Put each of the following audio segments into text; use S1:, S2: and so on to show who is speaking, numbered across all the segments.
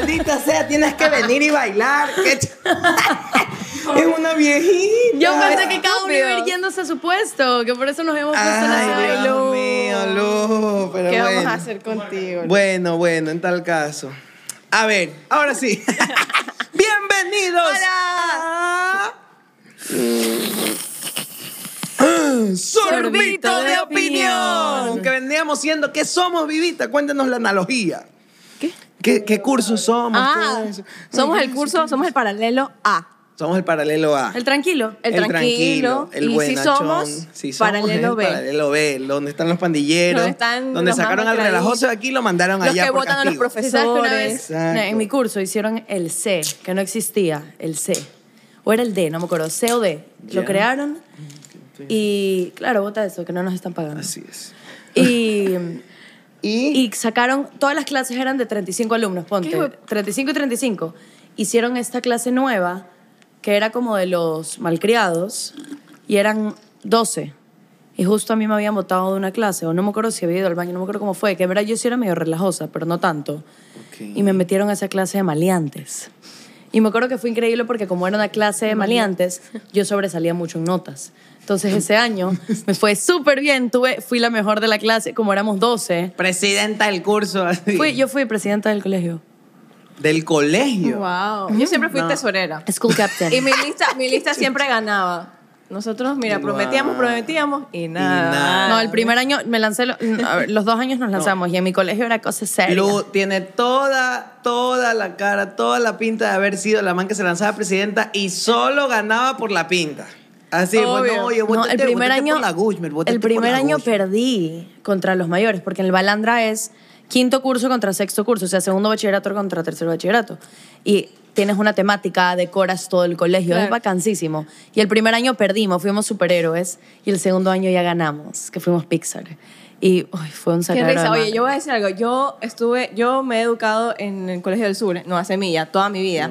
S1: ahorita tienes que venir y bailar. Qué ch- es una viejita.
S2: Yo pensé que cada uno iba
S3: estúpido.
S2: a ir yéndose a su puesto, que por eso nos hemos puesto en la
S1: Ay, Dios
S2: Lu.
S1: mío, Lu, pero
S3: ¿Qué
S1: bueno.
S3: vamos a hacer contigo?
S1: Bueno, bueno, en tal caso. A ver, ahora sí. Bienvenidos.
S3: Hola.
S1: a Sorbito
S2: Sorbito
S1: de
S2: de
S1: opinión.
S2: opinión.
S1: Que vendríamos siendo que somos vivita. Cuéntanos la analogía.
S2: ¿Qué?
S1: ¿Qué, qué curso somos?
S2: Ah,
S1: todo eso?
S2: somos el curso, somos el paralelo A.
S1: Somos el paralelo A.
S2: El tranquilo. El,
S1: tranquilo, el
S2: y si
S1: buenachón.
S2: somos,
S1: Sí somos eh,
S2: paralelo
S1: el
S2: B.
S1: Paralelo B, donde están los pandilleros.
S2: Donde están
S1: donde
S2: los más
S1: sacaron al
S2: macradillos.
S1: relajoso de aquí y lo mandaron
S3: Los
S1: allá
S3: que
S1: por
S3: votan a los
S1: castigo.
S3: profes-
S2: Sí, ¿sabes que una vez
S1: Exacto.
S2: en mi curso hicieron el C, que no existía, el C. O era el D, no me acuerdo, C o D.
S1: Ya. Mm,
S2: Lo crearon y, claro, vota eso, que no nos están pagando.
S1: Así es.
S2: Y, mm,
S1: Y,
S2: y sacaron, todas las clases eran de 35 alumnos, ponte,
S3: ¿Qué hue-
S2: 35 y 35. Hicieron esta clase nueva, que era como de los malcriados, y eran 12. Y justo a mí me habían votado de una clase, o no me acuerdo si había ido al baño, no me acuerdo cómo fue, que en verdad yo sí era medio relajosa, pero no tanto.
S1: Ok.
S2: Y me metieron a esa clase de maleantes. Y me acuerdo que fue increíble porque como era una clase de maleantes, yo sobresalía mucho en notas. Entonces ese año me fue súper bien, tuve, fui la mejor de la clase, como éramos 12.
S1: presidenta del curso. así.
S2: Fui- yo fui presidenta del colegio.
S1: Del colegio.
S3: Wow. Yo siempre fui
S2: No.
S3: tesorera.
S2: School captain.
S3: Y mi lista, mi lista siempre ganaba. Nosotros, mira,
S1: Wow.
S3: prometíamos, prometíamos y nada.
S1: nada.
S2: no, el primer año me lancé, lo- mm, a ver, los dos años nos lanzamos y en mi colegio era cosa seria.
S1: Lu tiene toda, toda la cara, toda la pinta de haber sido la man que se lanzaba presidenta y solo ganaba por la pinta. Así, pues,
S3: Obvio.
S1: bueno, oye,
S2: No,
S1: vótate,
S2: el primer
S1: vótate
S2: año,
S1: por la Gushmer, vótate
S2: el
S1: por
S2: primer
S1: la
S2: año
S1: Gushmer.
S2: perdí contra los mayores, porque en el Balandra es quinto curso contra sexto curso, o sea, segundo bachillerato contra tercer bachillerato. Y tienes una temática, decoras todo el colegio, es
S3: Claro.
S2: vacancísimo. Y el primer año perdimos, fuimos superhéroes, y el segundo año ya ganamos, que fuimos Pixar. Y uy, fue un
S3: Qué
S2: sacadero de
S3: risa. Oye,
S2: madre.
S3: yo voy a decir algo. Yo estuve, yo me he educado en el Colegio del Sur, no a Semilla, toda mi vida.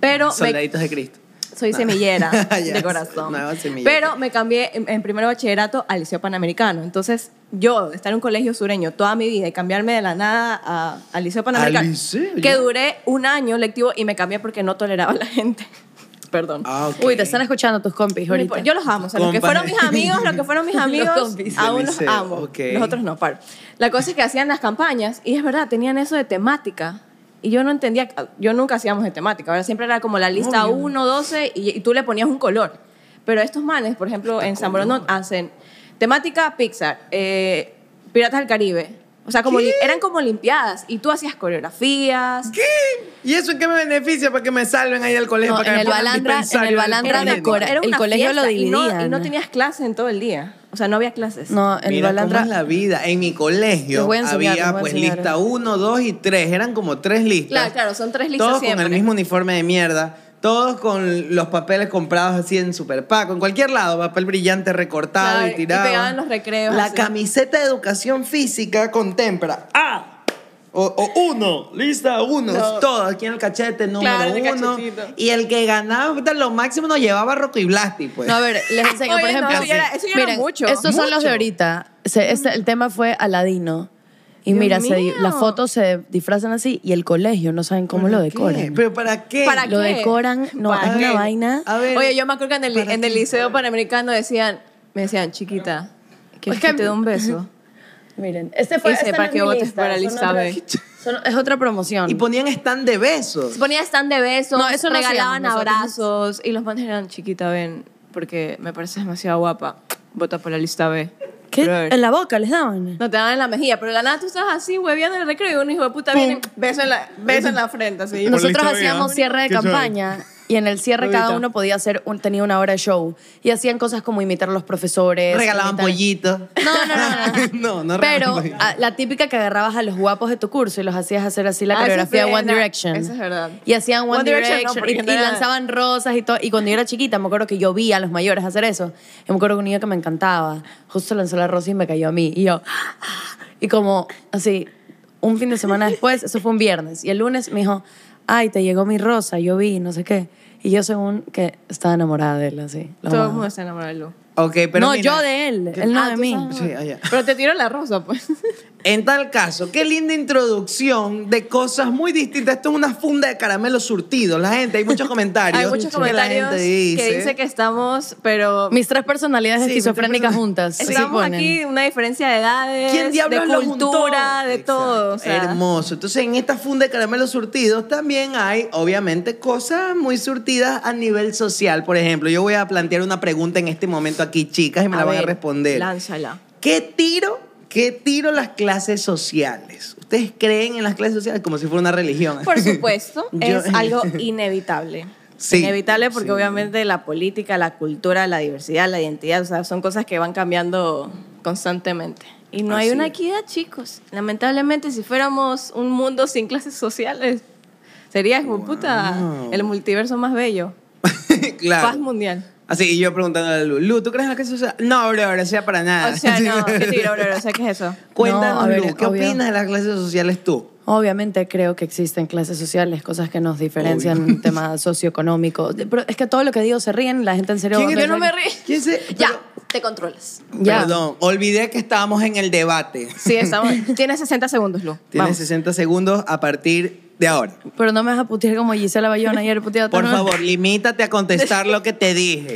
S3: Pero me,
S1: Ah. Soldaditos de Cristo.
S3: soy
S1: No.
S3: semillera
S1: Ya,
S3: de corazón.
S1: nueva semillera.
S3: Pero me cambié en, en primero de bachillerato al Liceo Panamericano. Entonces, yo estar en un colegio sureño toda mi vida y cambiarme de la nada a- al Liceo Panamericano,
S1: liceo, ya.
S3: que duré un año lectivo y me cambié porque no toleraba a la gente. Perdón.
S1: Ah, ok.
S2: Uy, te están escuchando tus compis
S3: No
S2: ahorita.
S3: importa, Yo los amo. O sea, los que
S1: Compas.
S3: fueron mis amigos, los que fueron mis
S2: Los
S3: amigos,
S2: compis.
S3: aún
S1: Del
S3: los
S1: liceo,
S3: amo.
S1: ok.
S3: Los otros no, par. La cosa es que hacían las campañas y es verdad, tenían eso de temática. Y yo no entendía, yo nunca hacíamos de temática. Ahora siempre era como la lista
S1: Obvio.
S3: 1, 12 y, y tú le ponías un color. Pero estos manes, por ejemplo, en San Bruno hacen temática Pixar, eh, Piratas del Caribe. O sea, como li- eran como limpiadas y tú hacías coreografías.
S1: ¿Qué? ¿Y eso en qué me beneficia para que me salven ahí del colegio?
S2: No,
S1: para que
S2: en
S1: me
S2: el
S1: pongan
S2: Balandra- en el
S1: dispensario del
S2: Balandra
S1: colegio?
S2: decora- el colegio lo
S3: y no- Y no,
S2: dividían.
S3: tenías clases en todo el día. O sea, no había clases.
S2: No, el
S1: Mira cómo
S2: Balandra...
S1: es la vida. En mi
S2: Les
S1: colegio
S2: voy a enseñar, les
S1: había
S2: voy a
S1: pues
S2: enseñar.
S1: lista 1, 2 y 3. Eran como tres listas.
S3: Claro, claro, son tres listas
S1: Todos
S3: siempre.
S1: con el mismo uniforme de mierda. Todos con los papeles comprados así en superpaco. En cualquier lado, papel brillante recortado
S3: Claro,
S1: y
S3: y
S1: tirado.
S3: pegaban los recreos,
S1: La
S3: así.
S1: camiseta de educación física contempla A. O, o uno, lista uno,
S3: No.
S1: todo aquí en el cachete, número
S3: Claro, en el
S1: uno.
S3: cachetito.
S1: Y el que ganaba puta, lo máximo nos llevaba Rocco y Blasti, pues.
S2: No, a ver, les enseño, por
S3: Oye, no,
S2: ejemplo.
S3: eso ya era- eso ya era
S2: miren,
S3: mucho.
S2: Estos son los
S1: Mucho.
S2: de ahorita. Se- este- el tema fue Aladino. Y
S3: Dios
S2: mira, se di-
S3: mío.
S2: las fotos se disfrazan así y el colegio no saben cómo lo
S1: ¿Para qué?
S2: decoran.
S1: ¿Pero para qué?
S3: ¿Para
S2: Lo
S3: qué?
S2: decoran, no,
S3: ¿Para
S2: es una
S1: qué? Ah.
S2: vaina.
S1: A ver,
S3: Oye, yo me acuerdo que en el,
S1: ¿para
S3: en el
S1: qué?
S3: Liceo Panamericano decían, me decían, chiquita, ¿quieres
S2: Es que-
S3: que te dé un beso?
S2: Miren, este fue
S3: Y
S2: esta
S3: sepa
S2: no es
S3: que
S2: mi
S3: votes
S2: lista,
S3: para
S2: son
S3: Elizabeth.
S2: otras- son- es otra promoción.
S1: Y ponían stand de besos.
S3: Se ponían stand de besos,
S2: No, eso no
S3: regalaban
S2: hacíamos nosotros.
S3: abrazos y los manes eran, chiquita, ven, porque me pareces demasiado guapa, vota por la lista B.
S2: ¿Qué?
S3: Brother.
S2: En la boca les daban.
S3: No te dan en la mejilla, pero de la nada tú estás así, hueviando en el recreo y un hijo de puta viene, y beso en la, beso en la frente, así.
S4: Por
S2: Nosotros
S4: lista B,
S2: hacíamos
S4: ¿ah?
S2: cierre de
S4: Qué chévere.
S2: campaña y en el cierre
S3: Ahorita.
S2: cada uno podía hacer un, tenía una hora de show y hacían cosas como imitar a los profesores,
S1: regalaban
S2: imitar-
S1: pollitos.
S2: No, no, no.
S1: no, no regalaban
S2: Pero
S1: pollitos.
S2: a- la típica que agarrabas a los guapos de tu curso y los hacías hacer así la
S3: Ah, esa
S2: coreografía
S3: es
S2: One
S3: buena.
S2: Direction.
S3: Esa es verdad.
S2: Y hacían One,
S3: One
S2: Direction,
S3: Direction no, porque
S2: y-
S3: no
S2: y,
S3: era-
S2: lanzaban rosas y todo. Y cuando yo era chiquita, me acuerdo que yo vi a los mayores hacer eso. Y me acuerdo que un niño que me encantaba, justo lanzó la rosa y me cayó a mí. Y yo, ¡ah! y como así, un fin de semana después, eso fue un viernes. Y el lunes me dijo, ay, te llegó mi rosa, yo vi, no sé qué. Y yo según que estaba enamorada de él, así. lo
S3: Todo el
S2: amaba.
S3: mundo se enamora de Lu.
S1: Ok, pero
S2: no,
S1: mira,
S2: yo de él, él no
S3: Ah,
S2: de
S3: tú
S2: mí.
S3: sabes.
S1: Sí, allá.
S3: Pero te tiro la rosa, pues.
S1: En tal caso, qué linda introducción de cosas muy distintas. Esto es una funda de caramelo surtido. La gente, hay muchos comentarios.
S3: Hay muchos
S1: que
S3: comentarios
S1: la gente
S3: que dice que estamos, pero
S2: Mis tres personalidades
S1: Sí, mis tres
S2: esquizofrénicas
S1: personas-
S2: juntas. se
S3: estamos
S2: ponen.
S3: aquí una diferencia de edades,
S1: ¿Quién diablos
S3: de
S1: lo juntó?
S3: cultura, de
S1: Exacto,
S3: todo. o sea.
S1: Hermoso. Entonces, en esta funda de caramelos surtidos también hay, obviamente, cosas muy surtidas a nivel social. Por ejemplo, yo voy a plantear una pregunta en este momento aquí, chicas, y me la van a
S3: ver,
S1: responder.
S3: Lánzala.
S1: ¿Qué tiro? ¿Qué tiro las clases sociales? ¿Ustedes creen en las clases sociales como si fuera una religión?
S3: Por supuesto,
S1: Yo-
S3: es algo inevitable.
S1: Sí,
S3: inevitable porque
S1: sí.
S3: obviamente la política, la cultura, la diversidad, la identidad, o sea, son cosas que van cambiando constantemente. Y no hay
S1: Así
S3: una
S1: es.
S3: equidad, chicos. Lamentablemente, si fuéramos un mundo sin clases sociales, sería hijo de puta,
S1: Wow.
S3: el multiverso más bello. Paz
S1: claro.
S3: mundial.
S1: Así, y yo preguntándole a Lulu, ¿tú crees en las clases sociales? No, bro, no sea para
S2: Ah,
S1: nada.
S3: O sea, no, qué tiro, bro, o sea, ¿qué es eso?
S1: Cuéntanos,
S2: No, a ver,
S1: Lulu, ¿qué
S2: obvio.
S1: opinas de las clases sociales tú?
S2: Obviamente creo que existen clases sociales, cosas que nos diferencian, un tema socioeconómico. De- Pero es que todo lo que digo se ríen, la gente en serio.
S1: ¿Quién
S2: va a
S1: es-
S3: Yo no me
S2: pensar-
S3: río.
S1: ¿Quién se-
S3: Ya, te controlas.
S2: Ya.
S1: Perdón, olvidé que estábamos en el debate.
S3: Sí, estamos. Tienes 60 segundos, Lu.
S1: Tienes
S3: Vamos.
S1: 60 segundos a partir de ahora.
S2: Pero no me vas a putear como Gisela Bayona ayer puteada.
S1: Por favor, limítate a contestar lo que te dije.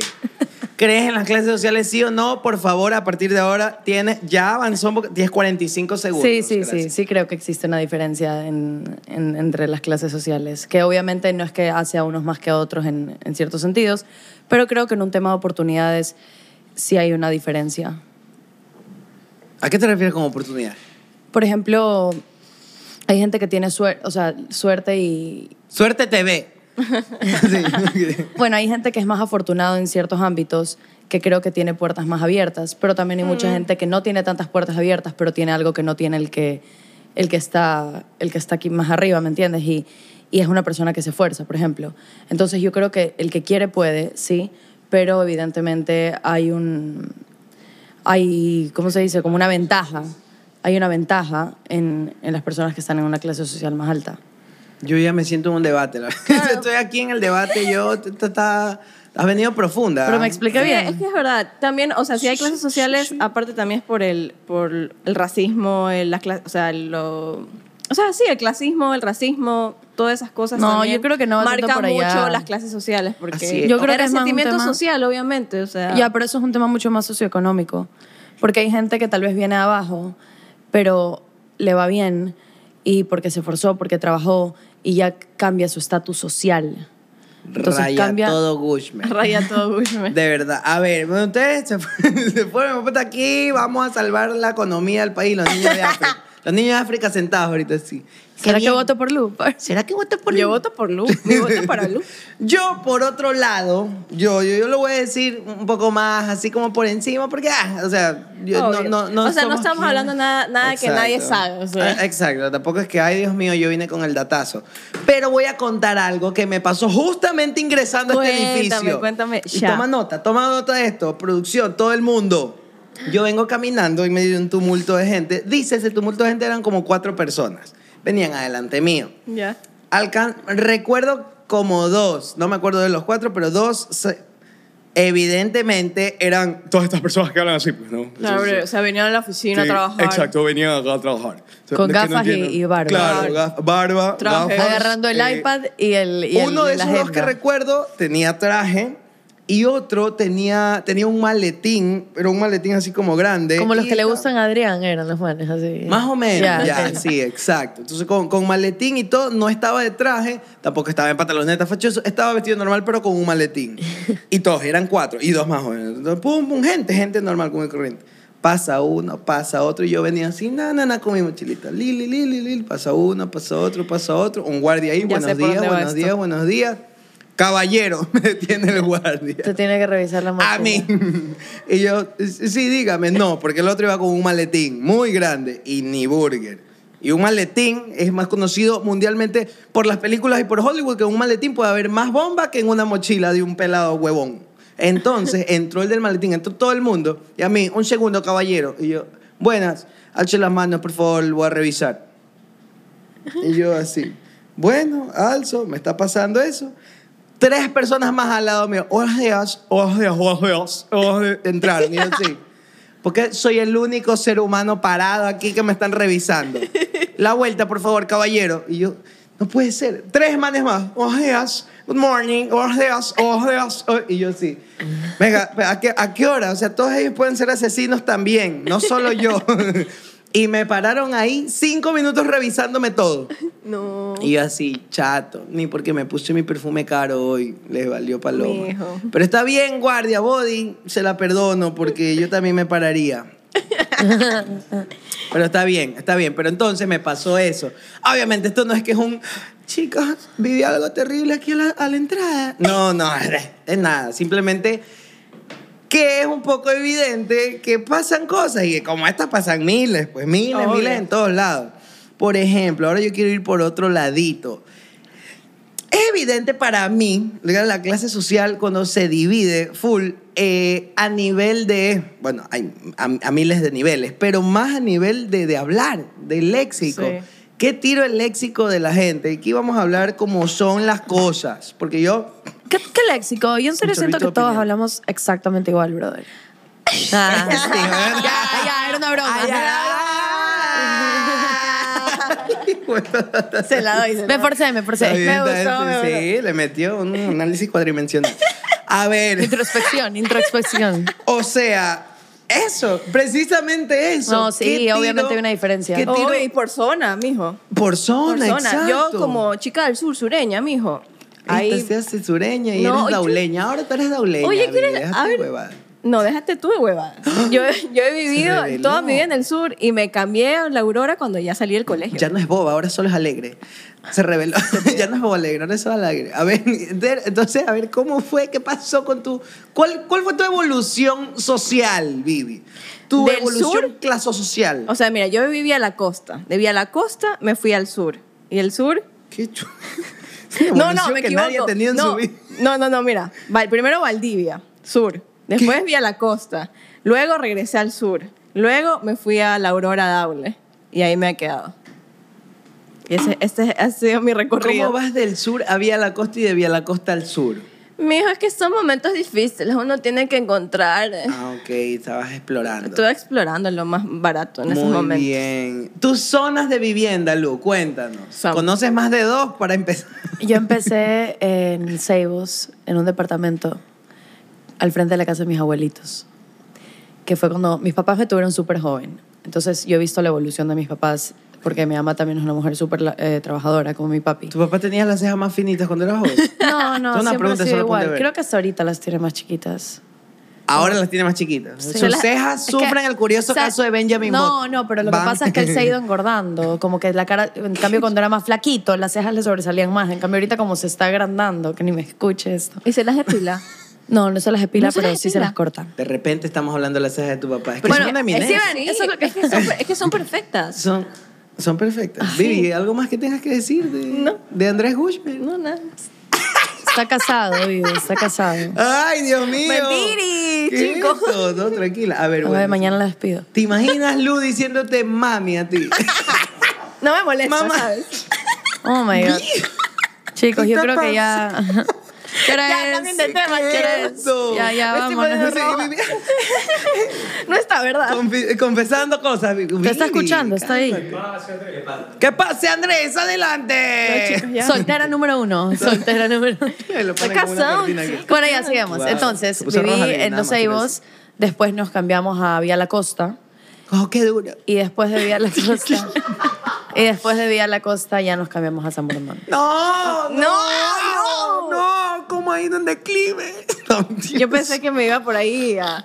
S1: ¿Crees en las clases sociales sí o no? Por favor, a partir de ahora tienes, ya avanzó, un poco- tienes 45 segundos.
S2: Sí, sí, sí,
S1: Gracias.
S2: sí creo que existe una diferencia en- en- entre las clases sociales, que obviamente no es que hace a unos más que a otros en, en ciertos sentidos, pero creo que en un tema de oportunidades sí hay una diferencia.
S1: ¿A qué te refieres con oportunidad?
S2: Por ejemplo, hay gente que tiene suerte, o sea, suerte y,
S1: Suerte TV. Sí.
S2: Bueno, hay gente que es más afortunado en ciertos ámbitos que creo que tiene puertas más abiertas, pero también hay
S3: Mm.
S2: mucha gente que no tiene tantas puertas abiertas, pero tiene algo que no tiene el que, el que, está, el que está aquí más arriba, ¿me entiendes? Y, y es una persona que se esfuerza, por ejemplo. Entonces yo creo que el que quiere puede, sí, pero evidentemente hay un... Hay, ¿cómo se dice? Como una ventaja. Hay una ventaja en, en las personas que están en una clase social más alta.
S1: Yo ya me siento en un debate. la verdad. Estoy aquí en el debate. Yo, t- t- está- has venido profunda. ¿ah?
S2: Pero me
S1: explico.
S2: explica
S3: Sí,
S2: bien.
S3: Es que es verdad. También, o sea, si hay clases sociales, aparte también es por el, por el racismo, el, las cla- o sea, lo... O sea, sí, el clasismo, el racismo, todas esas cosas
S2: No,
S3: también
S2: yo creo que no va tanto
S3: marca
S2: por allá.
S3: mucho las clases sociales
S1: Así
S3: porque
S1: es.
S2: Yo creo que es más un
S3: sentimiento
S2: tema-
S3: social, obviamente, o sea,
S2: Ya, pero eso es un tema mucho más socioeconómico. Porque hay gente que tal vez viene abajo, pero le va bien y porque se esforzó, porque trabajó y ya cambia su estatus social. Entonces
S1: Raya
S2: cambia.
S1: todo Gushman.
S3: raya todo Gushman.
S1: De verdad. A ver, bueno, ustedes se, fu- se fueron puta, aquí, vamos a salvar la economía del país, los niños de África. los niños de África sentados ahorita sí.
S2: ¿Será
S1: Qué
S2: que
S1: bien.
S2: voto por Lu?
S1: ¿Será que voto por
S3: Yo
S1: Lu?
S3: voto por Lu, mi voto es para Lu.
S1: Yo, por otro lado, yo, yo, yo lo voy a decir un poco más así como por encima, porque, ah, o sea, yo, no,
S3: Obvio.
S1: no, no
S3: O sea, no
S1: somos
S3: estamos
S1: quienes-
S3: hablando nada- nada que nadie sabe, o sea.
S1: Ah, Exacto, tampoco es que, ay, Dios mío, yo vine con el datazo. Pero voy a contar algo que me pasó justamente ingresando a este
S3: Cuéntame,
S1: edificio.
S3: cuéntame,
S1: Y
S3: ya.
S1: toma nota, toma nota de esto, producción, todo el mundo. Yo vengo caminando en medio de un tumulto de gente. Dice, ese tumulto de gente eran como cuatro personas. Venían adelante mío.
S3: Ya.
S1: Alcan- recuerdo como dos, no me acuerdo de los cuatro, pero dos se- evidentemente eran
S4: todas estas personas que hablan así, pues, ¿no?
S3: Claro,
S4: Entonces,
S3: o sea, venían a la oficina a
S1: Este,
S4: sí,
S3: trabajar.
S4: Exacto, venían acá a trabajar. O sea,
S2: Con
S4: es que no
S2: gafas y-
S4: entiendo.
S2: y barba.
S4: Claro, gaf- barba,
S3: Traje.
S4: gafas,
S2: Agarrando el
S4: eh,
S2: iPad y el. y el-
S1: Uno
S2: y
S1: de
S2: la
S1: esos dos
S2: agenda.
S1: que recuerdo tenía traje y otro tenía, tenía un maletín, pero un maletín así como grande.
S2: Como los
S1: Y
S2: que le
S1: ta-
S2: gustan a Adrián eran los manes, así.
S1: Más o menos,
S2: Ya,
S1: ya,
S2: ok.
S1: sí, exacto. Entonces, con, con maletín y todo, no estaba de traje, tampoco estaba en pantaloneta fachoso, estaba vestido normal, pero con un maletín. Y todos, eran cuatro, y dos más jóvenes. Entonces, pum, pum, gente, gente normal, como corriente. Pasa uno, pasa otro, y yo venía así, na, na, na, con mi mochilita. Li, li, li, li, li, pasa uno, pasa otro, pasa otro. Un guardia ahí,
S3: Ya sé
S1: buenos
S3: por
S1: días,
S3: dónde va
S1: buenos
S3: esto.
S1: días, buenos días. Caballero, me detiene el guardia.
S2: Te tiene que revisar la mochila.
S1: A mí. Y yo, sí, dígame, no, porque el otro iba con un maletín muy grande y ni burger. Y un maletín es más conocido mundialmente por las películas y por Hollywood que en un maletín puede haber más bomba que en una mochila de un pelado huevón. Entonces entró el del maletín, entró todo el mundo y a mí, un segundo caballero. Y yo, buenas, alce las manos, por favor, voy a revisar. Y yo así, bueno, alzo, me está pasando eso. Ta, tres personas más al lado mío. Oh, Horas de as,
S4: Ojos de
S1: oh,
S4: ojos de ojos, ojos de-
S1: entraron. Y yo sí. Porque soy el único ser humano parado aquí que me están revisando. La vuelta, por favor, caballero. Y yo, no puede ser. Tres manes más. Buenos días. Good morning. Buenos días. Buenos días. Oh, Y yo sí. Venga, ¿a qué, ¿a qué hora? O sea, todos ellos pueden ser asesinos también, no solo yo. Y me pararon ahí cinco minutos revisándome todo.
S3: No.
S1: Y yo así, chato, ni porque me puse mi perfume caro hoy, les valió paloma.
S3: Mijo.
S1: Pero está bien, guardia, body, se la perdono porque yo también me pararía. Pero está bien, está bien. Pero entonces me pasó eso. Obviamente esto no es que es un, chicos, viví algo terrible aquí a la, a la entrada. No, no, es nada. Simplemente que es un poco evidente que pasan cosas y que como estas pasan miles, pues miles,
S3: Obvio.
S1: miles en todos lados. Por ejemplo, ahora yo quiero ir por otro ladito. Es evidente para mí, la clase social cuando se divide full eh, a nivel de, bueno, hay a, a miles de niveles, pero más a nivel de, de hablar, de léxico.
S3: Sí.
S1: ¿Qué tiro el léxico de la gente? Aquí vamos a hablar como son las cosas, porque yo
S2: ¿Qué, qué léxico? Yo en serio
S1: Un
S2: siento que
S1: chorrito de
S2: todos
S1: opinión.
S2: hablamos exactamente igual, brother. Ah.
S1: ¿verdad?
S2: ya, ya, era una broma.
S1: Ay, ay, ay.
S3: Se la doy. se
S2: Me
S3: la doy.
S2: forcé, me forcé.
S1: Está bien,
S2: Me
S1: está bien,
S2: gustó, me
S1: sí,
S2: gustó.
S1: Sí, le metió un análisis cuadrimensional. A ver,
S2: Introspección, introspección.
S1: o sea, eso, precisamente eso.
S2: No, sí,
S1: ¿Qué
S2: obviamente hay una diferencia.
S1: qué tiro
S3: Obvio, y por zona, mijo.
S1: por
S3: Por
S1: zona,
S3: zona.
S1: exacto.
S3: Yo como chica del sur, sureña, mijo.
S1: Ahí
S3: Ahí...
S1: te haces sureña y
S3: No,
S1: eres
S3: oye,
S1: dauleña. Ahora tú eres dauleña.
S3: Oye,
S1: baby,
S3: ¿quieres...?
S1: déjate
S3: A
S1: de
S3: ver...
S1: huevadas.
S3: No, déjate tú de huevada. Yo, yo he vivido
S1: reveló.
S3: toda mi vida en el sur y me cambié a la Aurora cuando ya salí del colegio.
S1: Ya no es boba, ahora solo es alegre. Se reveló. ya no es boba alegre, ahora es solo alegre. A ver, de- entonces, a ver, ¿cómo fue? ¿Qué pasó con tu. ¿Cuál, cuál fue tu evolución social, Vivi? Tu
S3: ¿Del
S1: evolución
S3: sur?
S1: clasosocial.
S3: O sea, mira, yo vivía a la costa. De Villa a la costa me fui al sur. Y el sur...
S1: Qué chu-
S3: No, no,
S1: Evolución
S3: me
S1: que
S3: equivoco.
S1: nadie ha tenido en
S3: no,
S1: su vida.
S3: no, no, no, mira. Val- primero Valdivia, sur. Después vi a la costa. Luego regresé al sur. Luego me fui a la Aurora Daule. Y ahí me he quedado. Y ese, este ha sido mi recorrido.
S1: ¿Cómo vas del sur a Vía la Costa y de Vía la Costa al sur?
S3: Mijo, es que son momentos difíciles. Uno tiene que encontrar. eh.
S1: Ah, ok, estabas explorando.
S3: Estuve explorando lo más barato en
S1: Muy
S3: esos momentos.
S1: bien. Tus zonas de vivienda, Lu, cuéntanos.
S3: Son-
S1: ¿Conoces más de dos para empezar?
S2: Yo empecé en Seibos, en un departamento al frente de la casa de mis abuelitos, que fue cuando mis papás me tuvieron súper joven. Entonces yo he visto la evolución de mis papás, porque mi mamá también es una mujer súper la- eh, trabajadora, como mi papi.
S1: ¿Tu papá tenía las cejas más finitas cuando eras joven?
S2: No, no,
S1: Es una
S2: siempre
S1: pregunta,
S2: ha
S1: solo
S2: sido
S1: ponte a
S2: igual.
S1: ver.
S2: Creo que hasta ahorita las tiene más chiquitas.
S1: Ahora las tiene más chiquitas.
S2: Sí.
S1: Sus
S2: Las-
S1: cejas
S2: es que-
S1: sufren el curioso
S2: o sea,
S1: caso de Benjamin
S2: No,
S1: Button.
S2: no, pero lo que
S1: Van-
S2: pasa es que él se ha ido engordando. Como que la cara, en cambio, cuando era más flaquito, las cejas le sobresalían más. En cambio, ahorita, como se está agrandando, que ni me escuche esto.
S3: Y se las depila.
S2: No, no se las depila,
S3: ¿No se
S2: pero
S3: las
S2: sí se
S3: depila?
S2: las corta.
S1: De repente estamos hablando de las cejas de tu papá. Es que
S3: Bueno,
S1: son una
S3: es,
S1: eminencia.
S3: sí, eso es lo que- es que son, es que son perfectas.
S1: Son, son perfectas. Vivi, ¿algo más que tengas que decir de,
S3: No.
S1: de Andrés Gushman?
S3: No, nada.
S2: Está casado, vivo, está casado.
S1: ¡Ay, Dios mío! ¿Qué
S3: Mentiri,
S1: es
S3: chico.
S1: esto? No, tranquila. A ver,
S2: A
S1: bueno.
S2: ver, mañana la despido.
S1: ¿Te imaginas Lu diciéndote mami a ti?
S3: No me molesta,
S1: Mamá.
S3: ¿sabes?
S2: Oh my God. Chicos,
S1: ¿Qué
S2: yo
S1: te
S2: creo que ya. ¿Qué hora
S3: Ya,
S2: es?
S3: cambien de tema,
S2: ¿Qué hora
S1: ¿Qué
S2: es?
S1: es esto?
S2: Ya, ya,
S1: Me estoy
S2: vámonos.
S1: poniendo roja.
S3: No está, ¿verdad?
S1: Confi- confesando cosas.
S2: ¿Te está escuchando? ¿Está ahí?
S1: ¿Qué pase, Andrés?
S3: No,
S1: ¡Adelante!
S3: chicos, ya.
S2: Soltera número uno. Soltera número uno.
S1: Lo ponen como una
S3: casado,
S1: cortina aquí.
S2: Bueno, ya sigamos.
S1: Wow.
S2: Entonces,
S1: Se puso
S2: viví
S1: roja bien,
S2: en
S1: nada
S2: Los
S1: más quiero
S2: Seibos, después nos cambiamos a Vía La Costa
S1: Oh, qué duro.
S2: y después de Vía La Costa y después de Vía La Costa ya nos cambiamos a San Borondón.
S1: No,
S3: No,
S1: no, no, como ha ido en declive.
S3: Yo pensé que me iba por ahí a,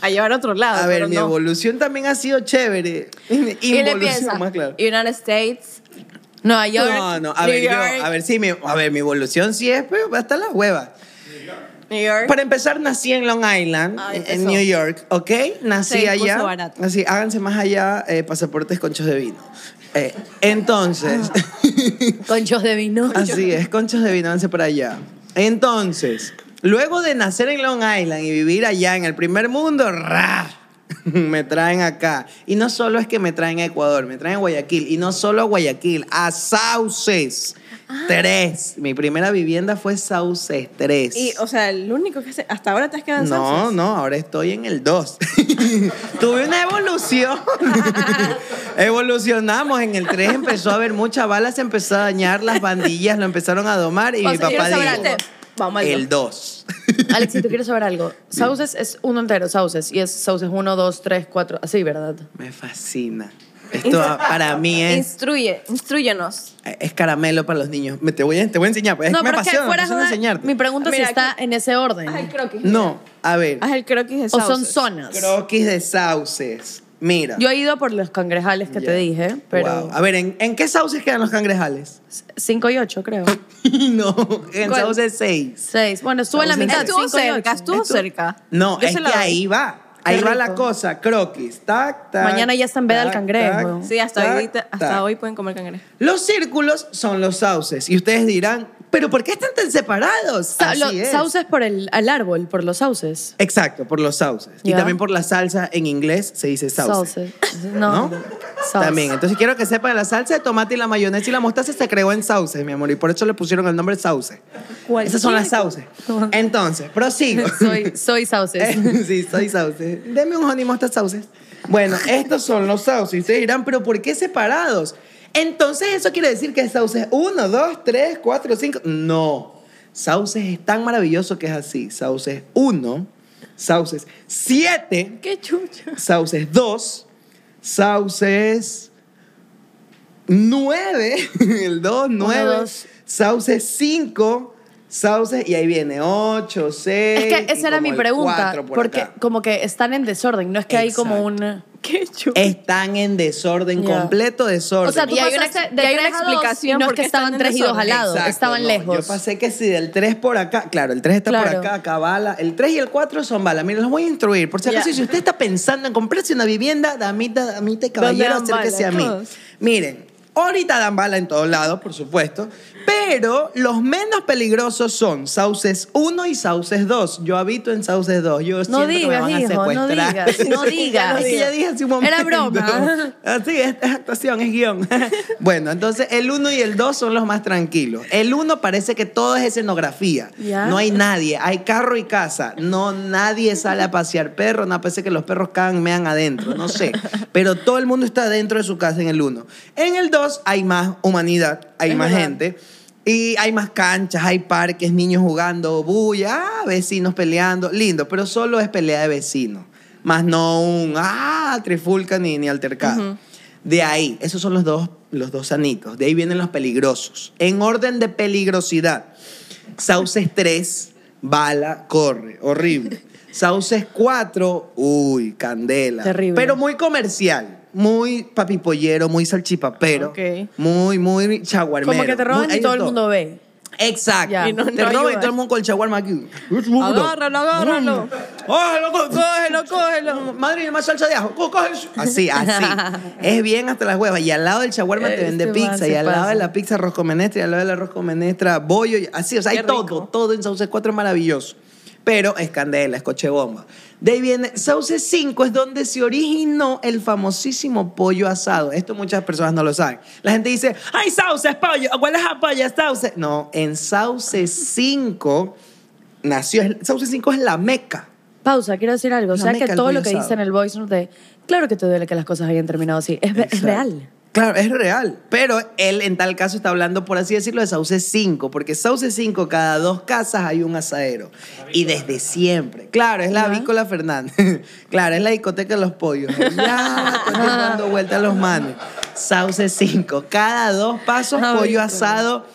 S3: a llevar a otro lado.
S1: A
S3: pero
S1: ver, mi
S3: no.
S1: evolución también ha sido chévere.
S3: Y le
S1: Involución,
S3: piensa,
S1: más claro.
S3: United States.
S2: Nueva York.
S1: No, no, a
S3: New
S1: ver, yo,
S3: York.
S1: a ver, sí, mi, a ver, mi evolución sí es, pero hasta las huevas.
S3: New York.
S1: Para empezar, nací en Long Island,
S3: Ah,
S1: en- en
S3: eso.
S1: New York, ¿ok? Nací
S3: Se dispuso
S1: allá.
S3: barato.
S1: Así, háganse más allá eh, pasaportes conchos de vino. Eh, entonces,
S3: Ah.
S2: Conchos de vino.
S1: así es, conchos de vino, háganse para allá. Entonces, luego de nacer en Long Island y vivir allá en el primer mundo, ¡ra! me traen acá. Y no solo es que me traen a Ecuador, me traen a Guayaquil. Y no solo a Guayaquil, a Sauces.
S3: Ah.
S1: Tres. Mi primera vivienda fue Sauces 3.
S3: Y, o sea, el único que se- hasta ahora te has quedado en
S1: No,
S3: Sauces.
S1: no, ahora estoy en el 2. Tuve una evolución. Evolucionamos. En el 3 empezó a haber mucha bala, se empezó a dañar, las bandillas lo empezaron a domar y
S3: O
S1: mi
S3: sea, quiero
S1: papá
S3: saber
S1: dijo,
S3: antes. Vamos al
S1: el
S3: dos.
S1: 2.
S2: Alex, si tú quieres saber algo, sauces es uno entero, sauces, y es sauces 1, 2, 3, 4, así, ¿verdad?
S1: Me fascina. Esto para mí es,
S3: Instruye, instruyenos.
S1: es caramelo para los niños. Me, te, voy a, te voy a enseñar. pues, me
S2: es que
S1: apasiona, me
S2: fuera
S1: apasiona
S2: joda,
S1: enseñarte.
S2: Mi pregunta es
S3: Mira,
S2: si está en ese orden.
S3: Haz el croquis.
S1: No, a ver.
S3: Haz el croquis de
S2: o son
S3: sauces.
S2: zonas.
S1: Croquis de sauces. Mira.
S2: Yo he ido por los cangrejales que
S1: Ya.
S2: te dije, pero
S1: Wow. A ver, ¿en, en qué sauces quedan los cangrejales?
S2: 5 y 8 creo.
S1: no, en
S3: ¿Cuál?
S1: sauces 6.
S2: 6. Bueno, estuvo en la
S1: Sauces
S2: mitad.
S1: seis.
S3: Estuvo
S2: cinco y ocho.
S3: cerca, estuvo cerca.
S1: No,
S3: Yo
S1: es
S3: se
S1: que
S3: la doy.
S1: ahí va. Ahí va la
S2: rico.
S1: cosa, croquis, tac, tac.
S2: Mañana ya está en veda el
S1: tac,
S2: cangrejo.
S1: tac,
S3: Sí, hasta,
S1: tac,
S3: hoy,
S1: tac.
S3: hasta hoy pueden comer cangrejo.
S1: Los círculos son los sauces y ustedes dirán, ¿pero por qué están tan separados?
S2: Sa-
S1: Así
S2: lo-
S1: es.
S2: Sauces por el al árbol, por los sauces.
S1: Exacto, por los sauces. Y
S2: Ya.
S1: también por la salsa en inglés se dice sauce.
S2: Sauces. No. Sauce.
S1: También. Entonces quiero que sepan, la salsa de tomate y la mayonesa y la mostaza se creó en sauces, mi amor, y por eso le pusieron el nombre sauce.
S3: Cualquier
S1: Esas son las sauces. Entonces, prosigo.
S2: Pues Soy, soy sauces.
S1: Eh, sí, soy sauce. Deme un honey mustard sauces. Bueno, estos son los sauces. Y ustedes dirán, ¿pero por qué separados? Entonces, eso quiere decir que es sauces 1, 2, 3, 4, 5. No. Sauces es tan maravilloso que es así. Sauces 1, sauces 7,
S3: Qué chucha.
S1: sauces 2, sauces 9, el 2, 9,
S2: dos.
S1: sauces 5, sauces, y ahí viene 8, 6.
S2: Es que esa era mi pregunta, porque como que están en desorden, no es que hay como un...
S3: Qué chucha.
S1: eh, están en desorden,
S2: Ya.
S1: completo desorden.
S2: O sea, tú
S3: Y hay una
S2: pasaste
S3: ex-
S2: de
S3: y hay una
S2: tres a dos,
S3: explicación
S2: y no es
S3: por
S2: que
S3: qué están
S2: estaban
S3: en
S2: tres y dos
S3: desorden.
S2: al lado,
S1: Exacto,
S2: estaban
S1: no, Yo
S2: lejos.
S1: pasé que si del 3 por acá, claro, el 3 está por
S2: Claro.
S1: acá, acá bala, el 3 y el 4 son bala. Miren, los voy a instruir. Por si acaso,
S3: Ya.
S1: si usted está pensando en comprarse una vivienda, damita, damita y caballero,
S3: dan bala?
S1: acérquese a mí.
S3: Todos.
S1: Miren, ahorita dan bala en todos lados, por supuesto, pero los menos peligrosos son Sauces 1 y Sauces 2. Yo habito en Sauces 2. Yo siento
S2: No
S1: que me
S2: digas,
S1: van a
S2: hijo, no
S1: secuestrar.
S2: digas, no digas.
S1: Es que ya dije hace un momento.
S2: Era broma.
S1: Así es, es actuación, es guión. bueno, entonces el 1 y el 2 son los más tranquilos. El 1 parece que todo es escenografía.
S2: Ya.
S1: No hay nadie, hay carro y casa. No, nadie sale a pasear perro, no parece que los perros cagan, mean adentro, no sé. Pero todo el mundo está dentro de su casa en el 1. En el 2 hay más humanidad, hay
S2: Es
S1: más
S2: verdad.
S1: gente. Y hay más canchas, hay parques, niños jugando, bulla, ah, vecinos peleando, lindo, pero solo es pelea de vecinos, más no un, ah, trifulca ni, ni altercado. De ahí, esos son los dos, los dos sanitos, de ahí vienen los peligrosos. En orden de peligrosidad, Sauces 3, bala, corre, horrible. Sauces 4, uy, candela.
S2: Terrible.
S1: Pero muy comercial, muy papipollero, muy salchipapero,
S3: Ok.
S1: muy, muy chaguarmero.
S2: Como que te
S1: muy-
S2: roban
S1: hay
S2: y
S1: de
S2: todo el mundo ve.
S1: Exacto.
S2: Ya. eh.
S1: Y
S2: Y
S1: no,
S2: no-
S1: te
S3: no
S1: roban y
S3: ayudas.
S1: todo el mundo con el chaguarma aquí.
S3: Agárralo, agárralo.
S1: Mm. Cógelo, có- cógelo,
S3: cógelo.
S1: Madre, y más salsa de ajo. Có- cógelo. Mm. Así, así. es bien hasta las huevas. Y al lado del chaguarma te
S2: Este
S1: vende
S2: man
S1: pizza.
S2: se
S1: Y al lado
S2: pasa.
S1: de la pizza, arroz con menestra. Y al lado del arroz con menestra, bollo. y- Así, o sea, hay
S3: Qué rico.
S1: todo. Todo en Sauces 4 es maravilloso. Pero es candela, es coche bomba. De ahí viene, Sauces 5 es donde se originó el famosísimo pollo asado. Esto muchas personas no lo saben. La gente dice, ¡ay, sauces, pollo! ¿Cuál es la polla, sauces? No, en Sauces 5 nació, el- Sauces 5 es la meca.
S2: Pausa, quiero decir algo. O
S1: La
S2: sea que
S1: meca, el
S2: todo lo
S1: pollo
S2: que
S1: asado.
S2: dice en el voice note de, claro que te duele que las cosas hayan terminado así. Es, ve- es
S1: Exacto.
S2: real.
S1: Claro, es real. Pero él en tal caso está hablando, por así decirlo, de Sauce 5, porque Sauce 5, cada dos casas hay un asadero. Y desde siempre. Claro, es la avícola Fernández. claro, es la discoteca de los pollos. Ya, estoy dando vueltas a los manes. Sauce 5, cada dos pasos, pollo
S2: Avícola.
S1: asado.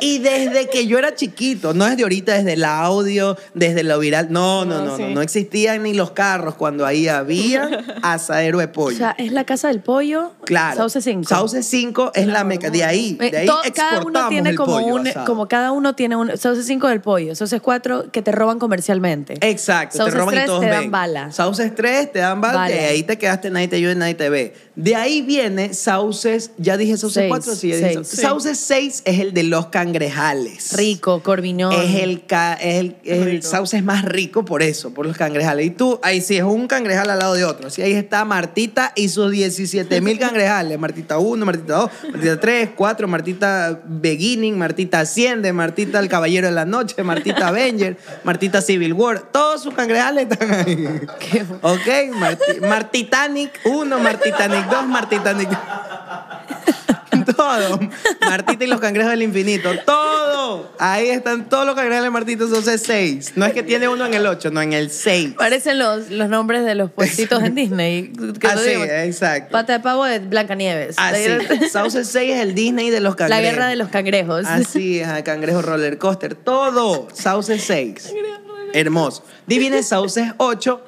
S1: Y desde que yo era chiquito, no desde ahorita, desde el audio, desde lo viral. No, no, no,
S3: No,
S1: no,
S3: sí.
S1: no, existían ni los carros cuando ahí había asadero de pollo.
S2: O sea, es la casa del pollo.
S1: Claro.
S2: Sauce 5.
S1: Sauce 5 es la meca. De ahí, de ahí
S2: cada
S1: exportamos
S2: uno tiene
S1: el
S2: como
S1: pollo
S2: un,
S1: asado.
S2: como cada uno tiene un sauce 5 del pollo, sauce 4 que te roban comercialmente.
S1: Exacto,
S2: Sauces
S1: te roban y
S2: tres
S1: todos
S2: te dan
S1: ven.
S2: bala.
S1: Sauces 3 te dan bala,
S2: Bala.
S1: de ahí te quedaste, nadie te ayuda, nadie te ve. De ahí viene Sauces, ya dije Sauces
S2: Seis,
S1: 4, sí, ya dije
S2: seis.
S1: Sauces.
S2: Sí.
S1: Sauces 6 es el de los cangrejales.
S2: Rico, corvinón.
S1: Es el, ca- es el, es el
S3: Rico.
S1: sauce es más rico por eso, por los cangrejales. Y tú, ahí sí, es un cangrejal al lado de otro. Sí, ahí está Martita y sus 17 mil cangrejales. Martita 1, Martita 2, Martita 3, 4, Martita Beginning, Martita Asciende, Martita el Caballero de la Noche, Martita Avenger, Martita Civil War. Todos sus cangrejales están ahí.
S2: Qué
S1: ok, Marti- Martitanic 1, Martitanic 2, Martitanic todo. Martita y los cangrejos del infinito. Todo. Ahí están todos los cangrejos de Martita. Entonces seis. No es que tiene uno en el ocho, no, en el seis.
S2: Parecen los, los nombres de los puestitos en Disney. Que
S1: Así,
S2: lo digo,
S1: exacto.
S2: Pata de pavo de Blancanieves.
S1: Así. Sauce 6 es el Disney de los
S2: La
S1: cangrejos.
S2: guerra de los cangrejos.
S1: Así es, ajá, cangrejo roller coaster. Todo. Sauce 6. Hermoso. Divine Sauces 8.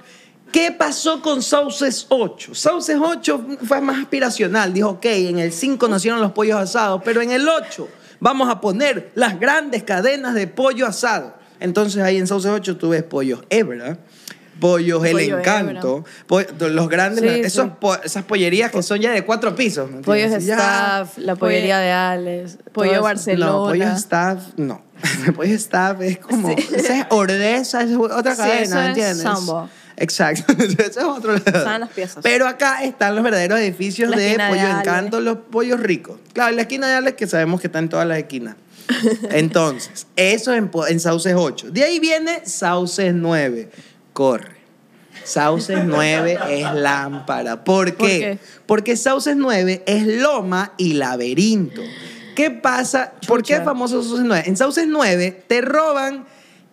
S1: ¿Qué pasó con Sauces 8? Sauces 8 fue más aspiracional. Dijo, ok, en el 5 nacieron los pollos asados, pero en el 8 vamos a poner las grandes cadenas de pollo asado. Entonces ahí en Sauces 8 tú ves pollos hebra, pollos El
S3: Pollo
S1: Encanto, po- los grandes,
S2: Sí,
S1: esos
S2: sí.
S1: po- esas pollerías que son ya de cuatro pisos. ¿me
S2: Pollos
S1: entiendes? Ya-
S2: staff, la pollería de Alex.
S3: Pollo
S2: todo eso.
S3: Barcelona.
S1: no, pollo staff, no. pollo staff es como. Esa es Ordesa, es otra
S3: Sí,
S1: cadena,
S3: eso es
S1: ¿entiendes?
S3: Sambo.
S1: Exacto, ese es otro lado.
S3: Están las piezas.
S1: Pero acá están los verdaderos edificios
S3: La
S1: de
S3: esquina de
S1: Pollo
S3: Ale.
S1: Encanto, los pollos ricos. Claro, en la esquina de Alex, que sabemos que está en todas las esquinas. Entonces, eso en, po- en Sauces 8. De ahí viene Sauces 9. Corre. Sauces 9 es lámpara. ¿Por qué?
S3: ¿Por qué?
S1: Porque Sauces 9 es loma y laberinto. ¿Qué pasa? ¿Por qué es famoso Sauces 9? En Sauces 9 te roban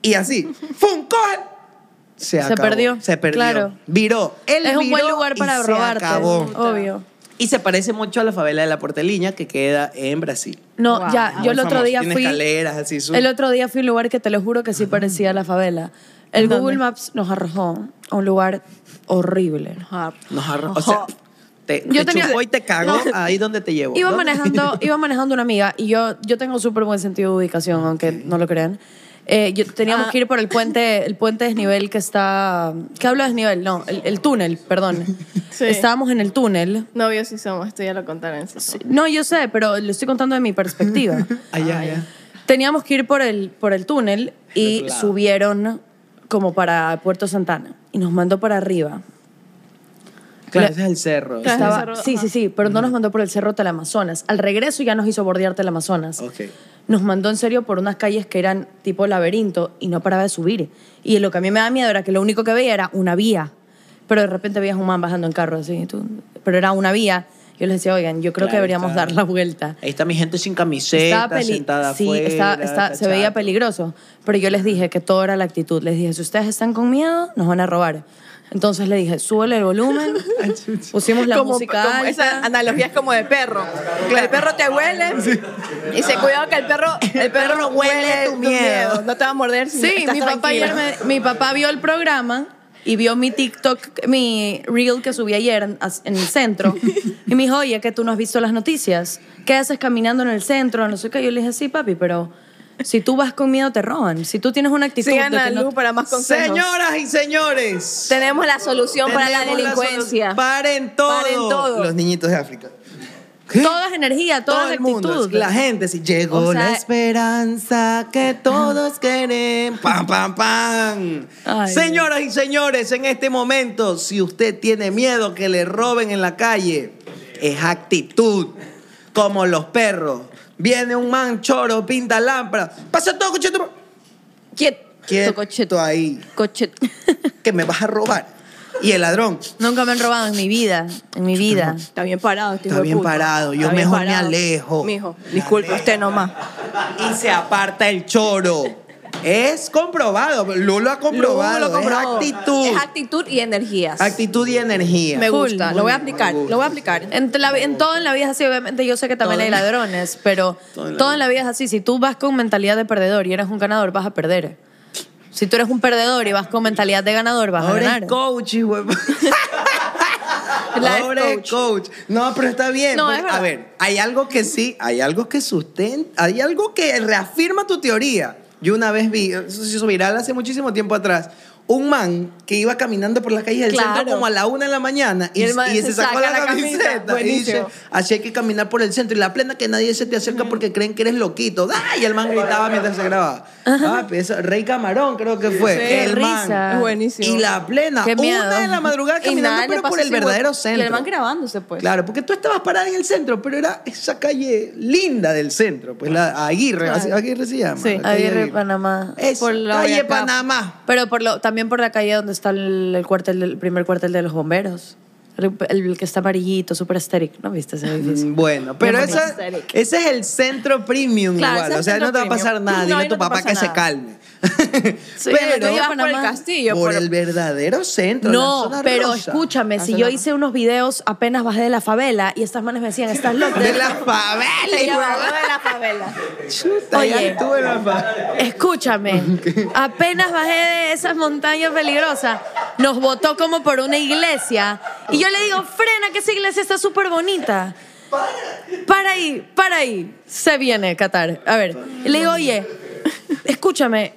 S1: y así. ¡Fum! ¡Coge! Se, acabó.
S2: perdió.
S1: Se perdió.
S2: Claro.
S1: Viró. Él
S2: Es un buen
S1: viró
S2: lugar
S1: y
S2: para
S1: se
S2: robarte.
S1: acabó.
S2: Obvio.
S1: Y se parece mucho a la favela de la Porteliña que queda en Brasil.
S2: No,
S3: Wow.
S2: ya, yo
S1: Muy
S2: el otro
S1: famoso.
S2: día
S1: Tiene
S2: fui.
S1: escaleras, así, su-
S2: El otro día fui a un lugar que te lo juro que sí parecía la favela. El Google Maps nos arrojó a un lugar horrible.
S1: Nos arro- O sea, te,
S2: Yo
S1: te
S2: tenía-
S1: chupó y te cagó
S2: No.
S1: ahí donde te llevó.
S2: Iba
S1: ¿Dónde te-
S2: manejando, iba manejando una amiga y yo, yo tengo súper buen sentido de
S1: Ah,
S2: ubicación, aunque no lo crean. Eh, yo- teníamos
S3: Ah.
S2: que ir por el puente, el puente desnivel que está. ¿Qué hablo de desnivel? No, el, el túnel, perdón.
S3: Sí.
S2: Estábamos en el túnel.
S3: Novios sí somos, esto ya lo contaron. sí.
S2: Sí, No, yo sé, pero lo estoy contando de mi perspectiva.
S1: Allá, allá.
S2: Teníamos que ir por el, por el túnel
S1: Del
S2: y
S1: otro lado.
S2: subieron como para Puerto Santana y nos mandó para arriba.
S1: Claro,
S2: La-
S1: ese es el cerro.
S3: Claro.
S2: Estaba-
S3: Ah, el cerro,
S2: sí, sí,
S3: ajá.
S2: sí, pero no nos mandó por el cerro del Amazonas. Al regreso ya nos hizo bordearte el Amazonas.
S1: Ok.
S2: Nos mandó en serio por unas calles que eran tipo laberinto y no paraba de subir. Y lo que a mí me da miedo era que lo único que veía era una vía. Pero de repente veías un man bajando en carro así. tú- Pero era una vía. Yo les decía, oigan, yo creo que
S1: Claro,
S2: deberíamos
S1: está-
S2: dar la vuelta.
S1: Ahí está mi gente sin camiseta,
S2: Estaba peli-
S1: sentada
S2: sí,
S1: afuera.
S2: estaba- estaba- se
S1: está
S2: veía
S1: chato.
S2: peligroso. Pero yo les dije que todo era la actitud. Les dije, si ustedes están con miedo, nos van a robar. Entonces le dije, súbele el volumen. Pusimos la
S3: Como-
S2: música
S3: como
S2: alta.
S3: esa analogía es como de perro. El perro te huele y se cuidado que el perro, el perro no huele tu miedo. No te va a morder. si
S2: Sí,
S3: estás
S2: mi papá,
S3: tranquila.
S2: ayer me- mi papá vio el programa y vio mi TikTok, mi reel que subí ayer en, as- en el centro. Y me dijo, oye, que tú no has visto las noticias. ¿Qué haces caminando en el centro? No sé qué. Yo le dije, sí, papi, pero si tú vas con miedo, te roban. Si tú tienes una actitud
S3: Sigan
S2: de
S3: a
S2: que no-
S3: Lu para más consejos.
S1: Señoras y señores.
S3: Tenemos la solución para la
S1: tenemos solu-
S3: delincuencia.
S1: paren todo.
S3: Paren todo.
S1: Los niñitos de África. ¿Qué?
S2: Toda es energía, toda
S1: Todo
S2: es
S1: el mundo,
S2: actitud.
S1: la gente, si llegó
S3: O sea-
S1: la esperanza que todos queremos. ¡Pam, pam, pam!
S2: Ay.
S1: Señoras y señores, en este momento, si usted tiene miedo que le roben en la calle, es actitud, como los perros. Viene un man choro, pinta lámpara. Pasa todo, coche tu-
S3: Quieto,
S1: Quieto
S3: cocheto.
S1: ahí,
S3: Cocheto.
S1: que me vas a robar. Y el ladrón,
S2: Nunca me han robado en mi vida, en mi vida.
S3: Está bien parado, este
S1: Está
S3: hijo de
S1: bien
S3: puta.
S1: parado, yo
S3: Está bien
S1: mejor me alejo.
S3: Mijo,
S1: Me
S3: disculpe
S1: alejo.
S3: usted nomás.
S1: y se aparta el choro. Es comprobado, Lulo ha comprobado,
S3: Lu lo comprobó.
S1: es actitud.
S3: Es actitud y energías.
S1: actitud y energía.
S3: Me
S2: Full.
S3: gusta, lo voy a aplicar,
S1: Me gusta.
S3: lo voy a aplicar.
S2: En, la- en todo en la vida es así, obviamente yo sé que también
S1: Todo
S2: hay
S1: en-
S2: ladrones, pero
S1: Todo en la
S2: todo en la vida es así. Si tú vas con mentalidad de perdedor y eres un ganador, vas a perder. Si tú eres un perdedor y vas con mentalidad de ganador, vas a
S1: Ahora
S2: ganar.
S1: es coach, huevón.
S3: Life
S1: Ahora es coach. No, pero está bien.
S3: No,
S1: porque-
S3: es
S1: a
S3: verdad.
S1: ver, hay algo que sí, hay algo que sustenta, hay algo que reafirma tu teoría. Yo una vez vi, eso se hizo viral hace muchísimo tiempo atrás, un man que iba caminando por las calles del
S3: Claro.
S1: centro como a la una de la mañana y,
S3: Y el man
S1: y
S3: se
S1: se sacó
S3: saca
S1: la,
S3: la camisa.
S1: camiseta. Y dice,
S3: Buenísimo.
S1: así hay que caminar por el centro y la plena que nadie se te acerca porque creen que eres loquito. ¡Ah! Y el man gritaba mientras se grababa. Ah, pues, eso, Rey Camarón creo que fue.
S3: Sí.
S1: el
S2: Qué
S1: man.
S2: risa.
S3: Es buenísimo.
S1: Y la plena,
S2: Qué miedo.
S1: una de la madrugada
S3: Y
S1: caminando
S3: nada, le
S1: pero por
S3: pasa
S1: el
S3: así,
S1: verdadero
S3: güey.
S1: centro.
S3: Y el man grabándose, pues.
S1: Claro, porque tú estabas parada en el centro, pero era esa calle linda del centro, pues la Aguirre, así- Aguirre se llama.
S3: Sí,
S1: la calle
S2: Aguirre, Panamá.
S1: Esa,
S3: Por la
S1: calle
S3: Boyacá.
S1: Panamá.
S2: Pero por lo, también por la calle donde está el, el cuartel, del- el primer cuartel de los bomberos. El, el que está amarillito, súper estéril. ¿No viste ese edificio?
S1: Mm, Bueno, pero
S2: Bien
S1: esa,
S3: bonito.
S1: ese es el centro premium
S3: Claro, ese
S1: igual,
S3: es
S1: o sea,
S3: el
S1: no te va a
S3: centro
S1: pasar
S3: premium.
S1: nada,
S3: No,
S1: dile a
S3: ahí
S1: tu
S3: no te
S1: papá
S3: pasa
S1: que se
S3: nada.
S1: calme.
S2: Sí,
S1: pero
S2: pero
S3: Tú ibas por el
S2: Panamá.
S3: castillo,
S1: por
S3: por-
S1: el verdadero centro, la
S2: No,
S1: zona
S2: pero
S1: rosa. Ah,
S2: escúchame,
S3: La
S2: si
S3: zona
S2: yo
S3: rosa.
S2: hice unos videos apenas bajé de la favela y estas manes me decían, estás loca.
S1: de la favela,
S3: Ella
S1: hijo de-
S3: bajó de la favela.
S1: Chuta,
S2: Oye.
S1: ya estuve en la favela.
S2: Escúchame, apenas bajé de esas montañas peligrosas, nos votó como por una iglesia. Y yo le digo, frena, que esa iglesia está súper bonita. Para ahí, para ahí. Se viene Qatar. A ver, le digo, oye, escúchame,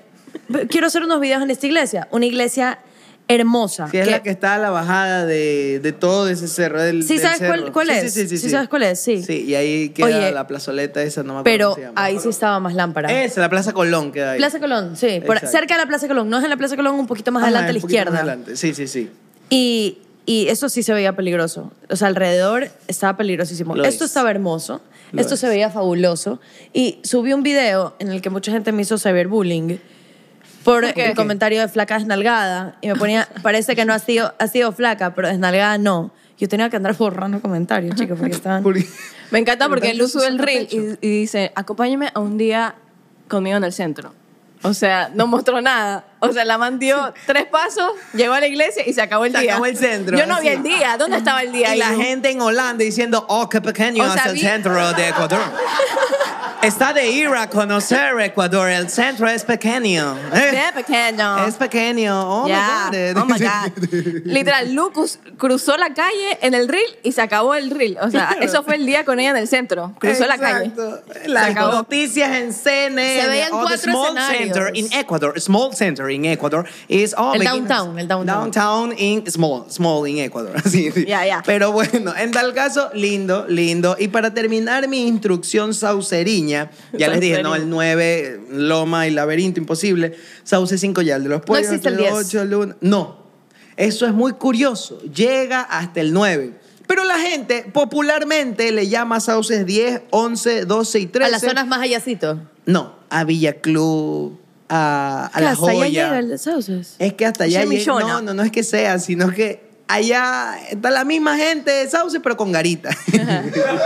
S2: quiero hacer unos videos en esta iglesia. Una iglesia hermosa.
S1: Sí, es
S2: que-
S1: la que está a la bajada de, de todo ese cerro. Del,
S2: Sí,
S1: del
S2: ¿sabes cuál-
S1: cerro.
S2: cuál
S1: Sí,
S2: es?
S1: Sí, sí, sí,
S2: Sí, ¿sabes cuál es? Sí.
S1: Sí, y ahí queda
S2: Oye,
S1: la plazoleta esa, no me acuerdo
S2: Pero
S1: cómo se llama.
S2: ahí sí estaba más lámpara.
S1: Esa, la Plaza Colón queda ahí.
S2: Plaza Colón, sí. por-
S1: Exacto.
S2: cerca de la Plaza Colón. No es en la Plaza Colón, un poquito más
S1: Ajá,
S2: adelante a
S1: Ah, un
S2: la
S1: poquito
S2: izquierda.
S1: más adelante. Sí, sí, sí.
S2: Y, y eso sí se veía peligroso. O sea, alrededor estaba peligrosísimo.
S1: Lo
S2: Esto
S1: es.
S2: estaba hermoso.
S1: Lo
S2: esto
S1: es.
S2: se veía fabuloso. Y subí un video en el que mucha gente me hizo cyberbullying por
S3: ¿Por qué?
S2: el comentario de flaca desnalgada. Y me ponía, parece que no has sido, has sido flaca, pero desnalgada no. Yo tenía que andar borrando comentarios, chicos, porque estaban...
S1: Porque-
S3: Me encanta porque
S1: Pero
S3: él sube el reel y, y dice, acompáñame a un día conmigo en el centro. O sea, no mostró nada. O sea, la man dio tres pasos, llegó a la iglesia y se acabó el
S1: Se
S3: día.
S1: acabó el centro,
S3: Yo no vi
S1: así.
S3: el día. ¿Dónde estaba el día?
S1: Y la
S3: Ibu?
S1: gente en Holanda diciendo, oh, qué pequeño
S3: O sea,
S1: es el
S3: vi-
S1: centro de Ecuador. Está de ir a conocer Ecuador. El centro es pequeño. Eh,
S3: Ve, pequeño.
S1: Es pequeño. Oh,
S3: Ya.
S1: my God.
S3: Oh my God. Literal, Lucas cruzó la calle en el reel y se acabó el reel. O sea, eso fue el día con ella en el centro. Cruzó la calle.
S1: Exacto. Las
S3: acabó.
S1: noticias en CNN.
S2: Se veían
S1: oh, the
S2: cuatro
S1: small
S2: escenarios.
S1: center in Ecuador. Small center in Ecuador is oh,
S2: El
S1: begin-
S2: downtown, el downtown.
S1: Downtown in small, small in Ecuador. Sí, sí.
S3: Ya, ya.
S1: Pero bueno, en tal caso, lindo, lindo. Y para terminar mi instrucción sauceriña, ya les dije, no, el 9, Loma y Laberinto, imposible. Sauce 5 ya, el de los pollos.
S2: existe el 10.
S1: 8, el 1. No. Eso es muy curioso. Llega hasta el 9. Pero la gente popularmente le llama sauces 10, 11, 12 y 13.
S2: A las zonas más allácito.
S1: No, a Villa Club, a, a La
S2: Hasta allá
S1: Joya.
S2: llega el de Sauces.
S1: Es que hasta allá
S3: Ese
S1: llega-
S3: millona.
S1: No, no, no es que sea, sino que allá está la misma gente de sauces, pero con garita.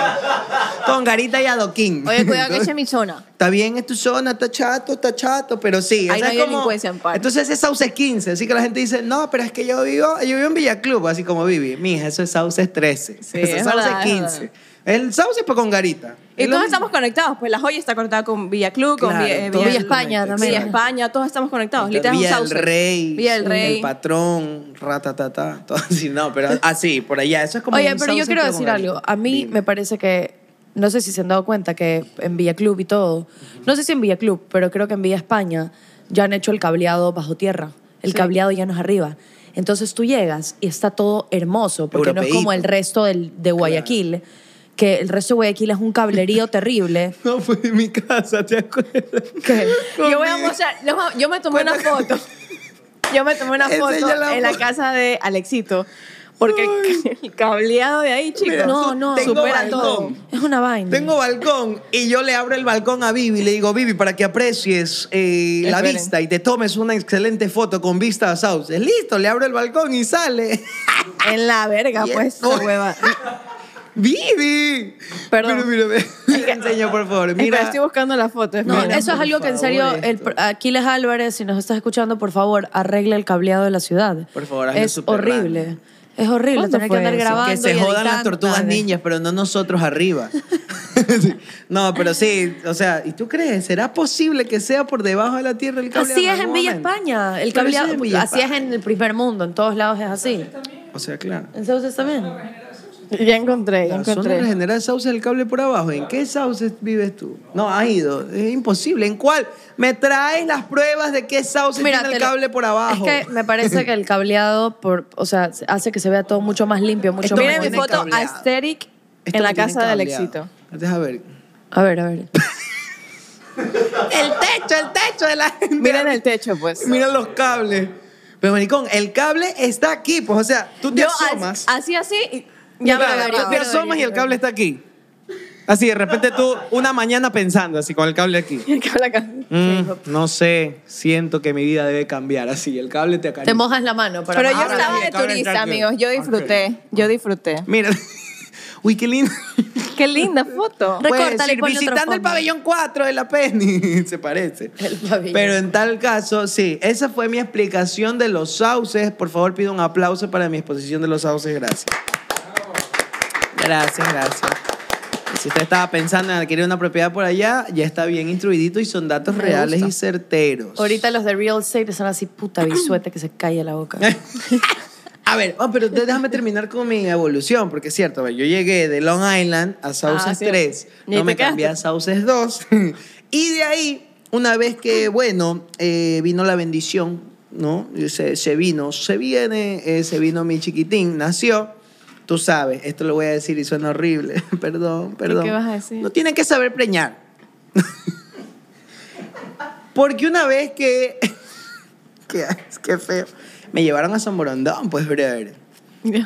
S1: con garita y adoquín.
S3: Oye, cuidado que
S1: Entonces-
S3: eche mi zona.
S1: Está bien, es tu zona, está chato, está chato, pero sí. o sea,
S3: Ahí no
S1: es
S3: hay
S1: como-
S3: delincuencia en Parma.
S1: Entonces es Sauces 15, así que la gente dice, no, pero es que yo vivo, yo vivo en Villaclub, así como viví. Mija, eso es Sauces 13,
S3: Sí,
S1: eso es
S3: es
S1: Sauces
S3: verdad, es
S1: 15. El Sauces pues con garita.
S3: Y
S1: Es lo
S3: todos
S1: mismo.
S3: estamos conectados, pues la joya está conectada con Villa Club, con
S1: Claro,
S3: Villa,
S1: todos
S2: Villa
S1: los
S2: España
S1: conectan,
S2: también.
S3: Villa
S1: exacto.
S3: España, todos estamos conectados.
S1: Entonces,
S3: Literal, es un
S1: Villa el
S3: sauce.
S1: Rey,
S3: Villa el Rey.
S1: el Patrón, Ratatata, todo así, no, pero así, por allá, eso es como
S2: Oye,
S1: un
S2: pero yo
S1: sauce,
S2: quiero
S1: con
S2: decir
S1: garita.
S2: algo. A mí
S1: Dime.
S2: me parece que, no sé si se han dado cuenta que en Villa Club y todo, no sé si en Villa Club, pero creo que en Villa España ya han hecho el cableado bajo tierra. El
S3: Sí.
S2: cableado ya no es arriba. Entonces tú llegas y está todo hermoso, porque no es como
S1: Europeíto.
S2: el resto del, de Guayaquil, que el resto de Guayaquil es un cablerío terrible.
S1: No fue en mi casa, ¿te acuerdas?
S3: Yo voy a mostrar, yo yo me tomé una foto. Yo me tomé una foto
S1: Enseña la
S3: en la
S1: foto.
S3: casa de Alexito. Porque el el cableado de ahí, chicos,
S1: Mira,
S2: No, no.
S1: tengo
S3: supera
S1: balcón.
S3: todo.
S2: Es una vaina.
S1: Tengo balcón y yo le abro el balcón a Vivi y le digo, Vivi, para que aprecies eh, la
S3: Esperen.
S1: vista y te tomes una excelente foto con vista a Sauces. Listo, le abro el balcón y sale.
S3: En la verga,
S1: Bien.
S3: pues, esa
S1: Uy.
S3: hueva.
S1: ¡Vivi!
S3: Perdón.
S1: Mira, mira, mira. Enseño, por favor.
S3: Mira,
S1: Mira.
S3: estoy buscando la foto.
S2: No,
S3: espera.
S2: eso es
S1: por
S2: algo que en
S1: favor,
S2: serio, el,
S1: esto.
S2: Aquiles Álvarez, si nos estás escuchando, por favor, arregla el cableado de la ciudad.
S1: Por favor, hazlo
S2: es
S1: subterráneo.
S2: horrible. Es horrible
S3: ¿Cuándo
S2: tener que
S3: fue
S2: andar
S3: eso?
S2: grabando.
S1: Que se
S2: y
S1: jodan
S2: editando.
S1: las tortugas
S2: Nada.
S1: niñas, pero no nosotros arriba. Sí. No, pero sí, o sea, ¿y tú crees? ¿Será posible que sea por debajo de la tierra el cableado?
S2: Así es en
S1: algún
S2: Villa
S1: momento?
S2: España. El
S1: Pero eso es
S2: cableado,
S1: en Villa
S2: así es
S1: España.
S2: en el primer mundo, en todos lados es así.
S1: O sea, claro.
S2: En Sauces también.
S5: Ya encontré, ya
S1: La zona
S5: encontré.
S1: general sauce del cable por abajo. ¿En qué sauce vives tú? No, has ido. Es imposible. ¿En cuál? ¿Me traes las pruebas de qué sauce tiene
S2: te
S1: el
S2: lo-
S1: cable por abajo?
S2: Es que me parece que el cableado, por, o sea, hace que se vea todo mucho más limpio, mucho más
S5: Miren mi
S1: tiene
S2: bonito.
S5: foto
S1: cableado.
S5: aesthetic
S1: Esto
S5: en la
S1: lo tienen
S5: casa del
S1: cableado.
S5: éxito.
S1: Deja ver.
S2: A ver, a ver.
S1: El techo, el techo de la gente.
S5: Miren el techo, pues.
S1: Mira los cables. Pero, maricón, el cable está aquí. Pues, o sea, tú te
S3: Yo as-
S1: asomas.
S3: así, así, y-
S2: Ya me
S1: Claro,
S2: lo agarré,
S1: tú
S2: me
S1: te
S2: lo
S1: asomas
S2: agarré,
S1: y el
S2: ya
S1: cable está aquí. Así, de repente tú, una mañana pensando, así, con el cable aquí.
S5: El cable acá.
S1: Mm, no sé, siento que mi vida debe cambiar. Así, el cable te acaricia.
S2: Te mojas la mano para
S3: Pero yo
S1: Ahora
S3: estaba
S1: sí,
S3: de
S1: acaba de
S3: turista,
S1: entrar que-
S3: amigos. Yo disfruté, yo disfruté.
S1: Mira. Uy, qué lindo.
S3: Qué linda foto.
S2: Recórtale
S1: Puede decir,
S2: y ponle otro
S1: visitando el
S2: fondo.
S1: pabellón 4 de la Penny. Se parece.
S2: El pabellón.
S1: Pero en tal caso, sí, esa fue mi explicación de los sauces. Por favor, pido un aplauso para mi exposición de los sauces. Gracias. Gracias, gracias. Y Si usted estaba pensando en adquirir una propiedad por allá, ya está bien instruidito y son datos
S2: Me
S1: reales
S2: gusta.
S1: y certeros.
S2: Ahorita los de real estate están así, puta bisuete que se calle la boca.
S1: A ver, oh, pero te- déjame terminar con mi evolución, porque es cierto, a ver, yo llegué de Long Island a Sauces
S5: Ah, sí.
S1: 3,
S5: Y ahí
S1: no
S5: te
S1: me cambié a Sauces 2, y de ahí, una vez que, bueno, eh, vino la bendición, ¿no? Y Se, se vino, se viene, eh, se vino mi chiquitín, nació, tú sabes, esto lo voy a decir y suena horrible, perdón, perdón.
S5: vas a decir?
S1: No tienen que saber preñar. Porque una vez que... qué, as- qué feo. Me llevaron a San Borondón, pues, brother.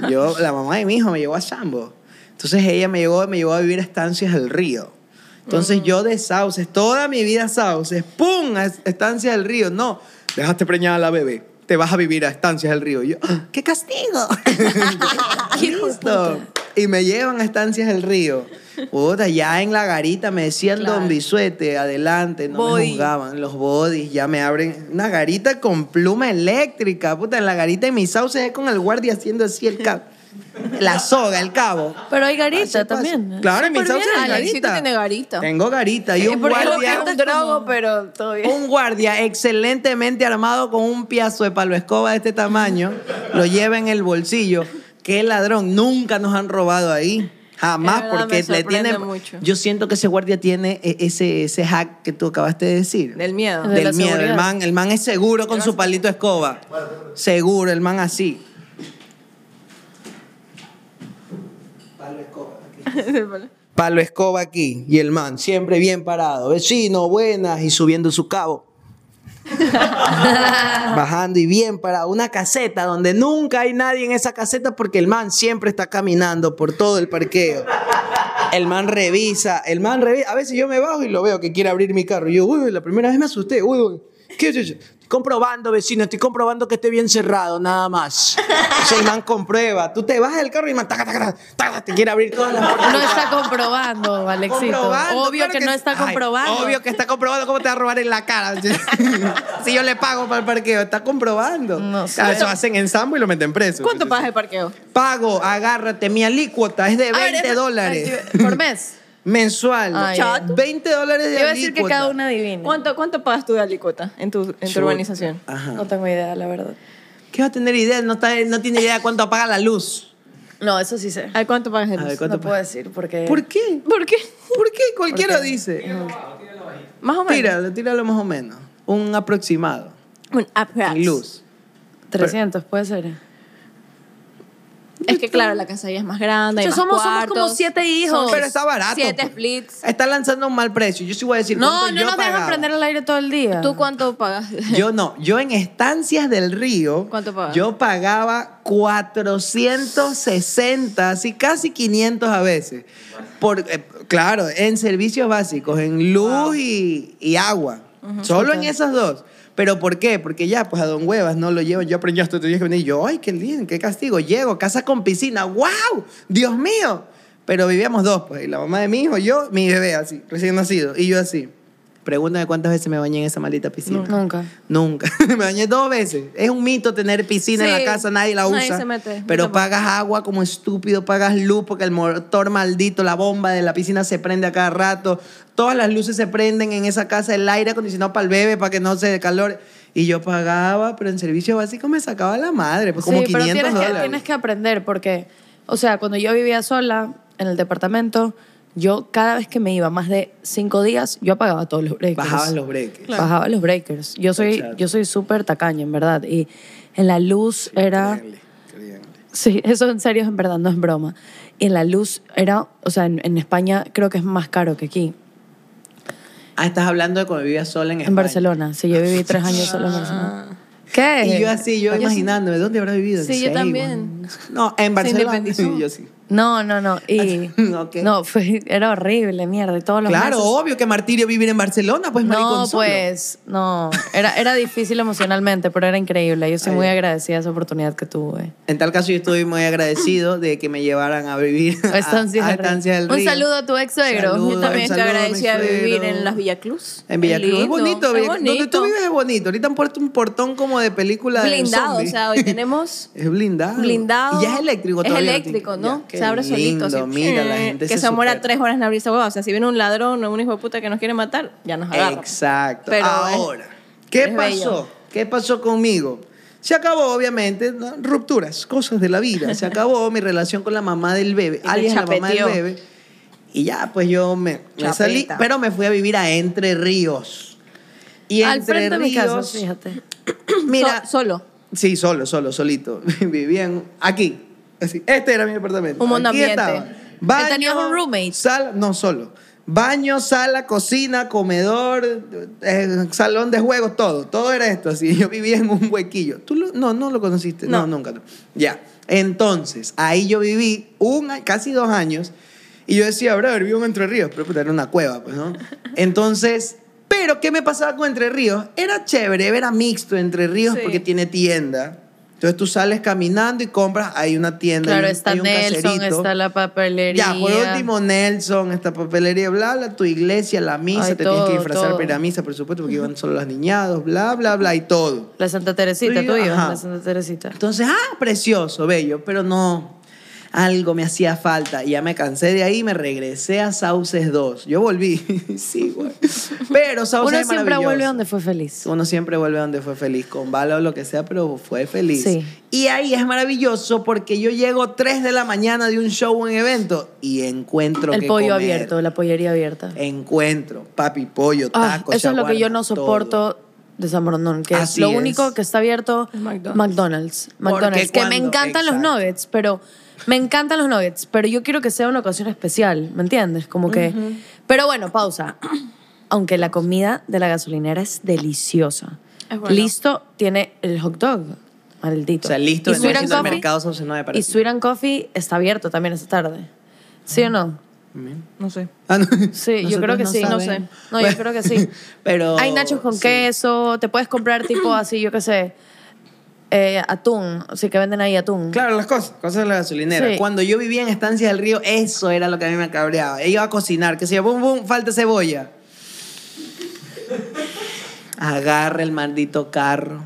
S1: Yo, la mamá de mi hijo me llevó a Sambo. Entonces ella me llevó, me llevó a vivir a estancias del río. Entonces yo de sauces, toda mi vida sauces, ¡pum! A es- estancias del río. No, dejaste preñada a la bebé, te vas a vivir a estancias del río. Y yo, ¡ah! ¡qué castigo! Listo. Y me llevan a estancias del río. Puta, ya en la garita me decían Don Bisuete, adelante, no me
S2: Body.
S1: juzgaban. Los bodies ya me abren una garita con pluma eléctrica. Puta, en la garita y mis sauces es con el guardia haciendo así el cabo. La soga, el cabo.
S2: Pero hay garita
S1: Así pasa.
S2: también.
S1: Claro, en mis sauces
S3: bien.
S1: es
S3: Alexito
S1: garita.
S3: tiene garita.
S1: Tengo garita
S2: Eh,
S1: y un
S5: Porque lo que
S1: guardia.
S5: es un drogo, pero todo bien.
S1: Un guardia excelentemente armado con un piazo de palo escoba de este tamaño, lo lleva en el bolsillo. Qué ladrón, nunca nos han robado ahí. Jamás,
S3: Es verdad,
S1: porque
S3: me
S1: le
S3: sorprende
S1: tienen.
S3: mucho.
S1: Yo siento que ese guardia tiene e- ese, ese hack que tú acabaste de decir.
S3: Del miedo.
S2: De la
S1: Del miedo.
S2: seguridad.
S1: El man, el man es seguro con su palito de escoba. Seguro, el man así. Palo escoba aquí. Y el man siempre bien parado. Vecino, buenas. Y subiendo su cabo. Bajando y bien parado. Una caseta donde nunca hay nadie en esa caseta porque el man siempre está caminando por todo el parqueo. El man revisa, el man revisa. A veces yo me bajo y lo veo que quiere abrir mi carro. Y yo, uy, la primera vez me asusté. Uy, uy. ¿Qué es eso? Comprobando, vecino, estoy comprobando que esté bien cerrado, nada más. Entonces el man comprueba. Tú te bajas del carro y el man taca, taca, taca, taca, te quiere abrir todas las puertas.
S2: No está comprobando, Alexito.
S1: Comprobando,
S2: Obvio
S1: claro
S2: que, no está
S1: Ay,
S2: comprobando.
S1: obvio que está comprobando cómo te va a robar en la cara. si yo le pago para el parqueo, está comprobando.
S2: No sé.
S1: Claro, Eso hacen en Sambo y lo meten preso.
S3: ¿Cuánto pagas de parqueo?
S1: Pago, agárrate, mi alícuota es de 20
S2: A ver, es-
S1: dólares.
S2: ay, Por mes.
S1: Mensual.
S2: Ay.
S1: Chato. 20 dólares de
S2: Te iba a decir que
S1: alícuota.
S2: cada una adivina.
S3: ¿Cuánto, ¿Cuánto pagas tú de alicota en tu, en tu
S1: Chuta.
S3: urbanización?
S1: Ajá.
S2: No tengo idea, la verdad.
S1: ¿Qué va a tener idea? No, está- no tiene idea de cuánto apaga la luz.
S2: No, eso sí sé.
S3: ¿Al cuánto pagas de
S1: A
S3: luz?
S1: ver, ¿cuánto
S2: No puedo decir porque...
S1: ¿Por qué?
S3: ¿Por qué?
S1: ¿Por qué? Cualquiera dice.
S3: Más o menos.
S1: Tíralo, tíralo más o menos. Un aproximado.
S3: Un approx.
S1: En luz.
S2: 300 puede ser.
S3: Es que claro, la casa ya es más grande, hay
S2: Yo
S3: más
S2: somos, somos
S3: cuartos.
S2: como siete hijos.
S1: Pero está barato.
S3: Siete
S1: pues.
S3: splits.
S1: Está lanzando un mal precio. Yo sí voy a decir
S2: no,
S1: cuánto
S2: no
S1: yo
S2: nos dejan
S1: pagaba.
S2: prender el aire todo el día.
S3: ¿Tú cuánto pagas?
S1: Yo no. Yo en estancias del río.
S3: ¿Cuánto pagabas?
S1: Yo pagaba 460, así casi 500 a veces. Por, eh, claro, en servicios básicos, en luz y, y agua. Solo en esas dos. ¿Pero por qué? Porque ya, pues a Don Huevas no lo llevan. Yo aprendí hasta otro día que venir. Yo, ay, qué lindo, qué castigo. Llego, casa con piscina. ¡Wow! ¡Dios mío! Pero vivíamos dos, pues. Y la mamá de mi hijo, yo, mi bebé, así, recién nacido. Y yo así. Pregúntame cuántas veces me bañé en esa maldita piscina.
S2: Nunca.
S1: Nunca. me bañé dos veces. Es un mito tener piscina en
S3: Sí,
S1: la casa, nadie la usa.
S3: nadie se mete. Yo
S1: Pero
S3: tampoco.
S1: pagas agua como estúpido, pagas luz porque el motor maldito, la bomba de la piscina se prende a cada rato. Todas las luces se prenden en esa casa, el aire acondicionado para el bebé, para que no se dé calor. Y yo pagaba, pero en servicio básico me sacaba la madre, pues como
S2: sí, pero
S1: 500
S2: tienes que,
S1: dólares.
S2: tienes que aprender porque O sea, cuando yo vivía sola en el departamento, yo cada vez que me iba más de cinco días, yo apagaba todos los breakers.
S1: Bajabas los breakers.
S2: Bajaba los breakers. Yo soy,
S1: Exacto.
S2: yo soy súper tacaña, en verdad. Y en la luz era...
S1: Créanle, créanle.
S2: Sí, eso en serio, en verdad, no es broma. Y en la luz era, o sea, en, en España creo que es más caro que aquí.
S1: Ah, estás hablando de cuando vivías sola en
S2: En
S1: España. Ah.
S2: Barcelona, sí, yo viví tres años solo en Barcelona. ¿Qué?
S1: Y yo así, yo imaginándome, ¿dónde habrá vivido? En
S3: Sí, yo
S1: Seibo,
S3: también.
S1: en- No, en Barcelona.
S3: independizó.
S1: yo sí.
S2: No, no, no. Y,
S1: Ah, Ok.
S2: No, fue, era horrible, mierda. Y todos los
S1: Claro,
S2: meses-
S1: obvio que martirio vivir en Barcelona, pues
S2: No,
S1: maricón solo.
S2: pues, no. Era, era difícil emocionalmente, pero era increíble. Yo estoy
S1: Ay.
S2: muy agradecida de esa oportunidad que tuve.
S1: En tal caso yo estoy muy agradecido de que me llevaran a vivir a,
S2: A Estancia
S1: a
S2: del Río.
S1: Estancia del Río.
S2: Un saludo a tu ex suegro.
S1: Saludo,
S3: Yo también
S1: un
S3: estoy
S1: saludo a mi
S3: agradecida de vivir
S1: suegro.
S3: en las Villacruz.
S1: En Villacruz. Es bonito,
S3: es
S1: Villa- Donde
S3: bonito.
S1: tú vives es bonito. Ahorita han puesto un portón como de película de
S3: blindado, o
S1: zombie.
S3: sea, hoy tenemos
S1: Es blindado.
S3: blindado.
S1: Y ya es eléctrico
S3: Es
S1: todavía.
S3: eléctrico, ¿no?
S1: Ya, qué
S3: se abre
S1: lindo,
S3: solito. así.
S1: Mira, la gente
S3: que se,
S1: supera.
S3: demora tres horas en abrir esa hueva. O sea, si viene un ladrón o un hijo de puta que nos quiere matar, ya nos agarra.
S1: Exacto.
S2: eh,
S3: Pero es-
S1: Ahora, ¿qué
S3: es bello.
S1: pasó? ¿Qué pasó conmigo? Se acabó, obviamente, ¿no? rupturas, cosas de la vida. Se acabó mi relación con la mamá del bebé,
S3: Y te
S1: alias la mamá del
S3: chapeteó.
S1: bebé. Y ya, pues yo me, me
S3: Chapeta.
S1: salí, pero me fui a vivir a Entre Ríos. Y
S2: Al
S1: Entre
S2: frente de mi casa,
S1: Ríos,
S2: fíjate.
S1: mira,
S3: So- solo.
S1: Sí, solo, solo, solito. Vivía en- aquí. Así, Este era mi apartamento.
S2: Un buen
S1: Aquí
S2: ambiente.
S1: estaba.
S2: ¿Y tenías un roommate?
S1: Sala, no, solo. Baño, sala, cocina, comedor, eh, salón de juegos, todo. Todo era esto. Así, yo vivía en un huequillo. ¿Tú lo- no, no lo conociste. No, nunca. no. Ya. Entonces, ahí yo viví un, a- casi dos años. Y yo decía, brother, vivo en Entre Ríos, pero puta, era una cueva, pues, ¿no? Entonces, pero ¿qué me pasaba con Entre Ríos? Era chévere, era mixto Entre Ríos
S3: Sí.
S1: porque tiene tienda. Entonces tú sales caminando y compras, hay una tienda,
S2: Claro,
S1: hay, un-
S2: está
S1: hay un
S2: Nelson,
S1: caserito.
S2: está la papelería.
S1: Ya, por último, Nelson, esta papelería, bla, bla, tu iglesia, la misa,
S2: Ay,
S1: te tienes que
S2: todo,
S1: disfrazar
S2: todo.
S1: para ir a misa, por supuesto, porque iban solo los niñados, bla, bla, bla, y todo.
S2: La Santa Teresita,
S1: Tú
S2: tú
S1: ibas,
S2: ibas,
S1: ajá.
S2: la Santa Teresita.
S1: Entonces, ah, precioso, bello, pero no, algo me hacía falta. Y ya me cansé de ahí, me regresé a Sauces 2. Yo volví, sí, güey. Pero Sauces
S2: Uno
S1: es
S2: siempre
S1: maravilloso.
S2: vuelve donde fue feliz.
S1: Uno siempre vuelve donde fue feliz, con bala o lo que sea, pero fue feliz.
S2: Sí.
S1: Y ahí es maravilloso porque yo llego 3 de la mañana de un show o un evento y encuentro
S2: El
S1: que
S2: pollo
S1: comer.
S2: abierto, la pollería abierta.
S1: Encuentro, papi, pollo,
S2: Ah,
S1: taco,
S2: eso es lo que yo
S1: shawarma,
S2: no soporto de San Brondón, que
S1: Así
S2: es lo
S1: es.
S2: único que está abierto
S3: Es McDonald's.
S2: McDonald's. McDonald's, que me
S1: cuando-
S2: encantan los
S1: Exacto.
S2: nuggets, pero me encantan los nuggets, pero yo quiero que sea una ocasión especial, ¿me entiendes? Como que pero bueno, pausa. Aunque la comida de la gasolinera es deliciosa.
S3: Es bueno.
S2: Listo tiene el hot dog. Maldito.
S1: O sea, listo,
S2: y
S1: vendría
S2: Sweet and
S1: siendo el
S2: Coffee-
S1: mercado Sauces 9 para
S2: Y
S1: ti.
S2: Sweet and Coffee está abierto también esta tarde. ¿Sí o no?
S3: No sé.
S1: Ah, no.
S2: Sí, yo
S1: Nosotros
S2: creo que
S1: no
S2: sí.
S1: saben.
S2: No, yo creo que sí.
S1: Pero
S2: Hay nachos con
S1: sí.
S2: queso, te puedes comprar tipo así, yo qué sé, eh, atún, así que venden ahí atún.
S1: Claro, las cosas, cosas de la gasolinera.
S2: Sí.
S1: Cuando yo vivía en Estancia del Río, eso era lo que a mí me cabreaba. Ella iba a cocinar, que se bum, bum, falta cebolla. Agarra el maldito carro.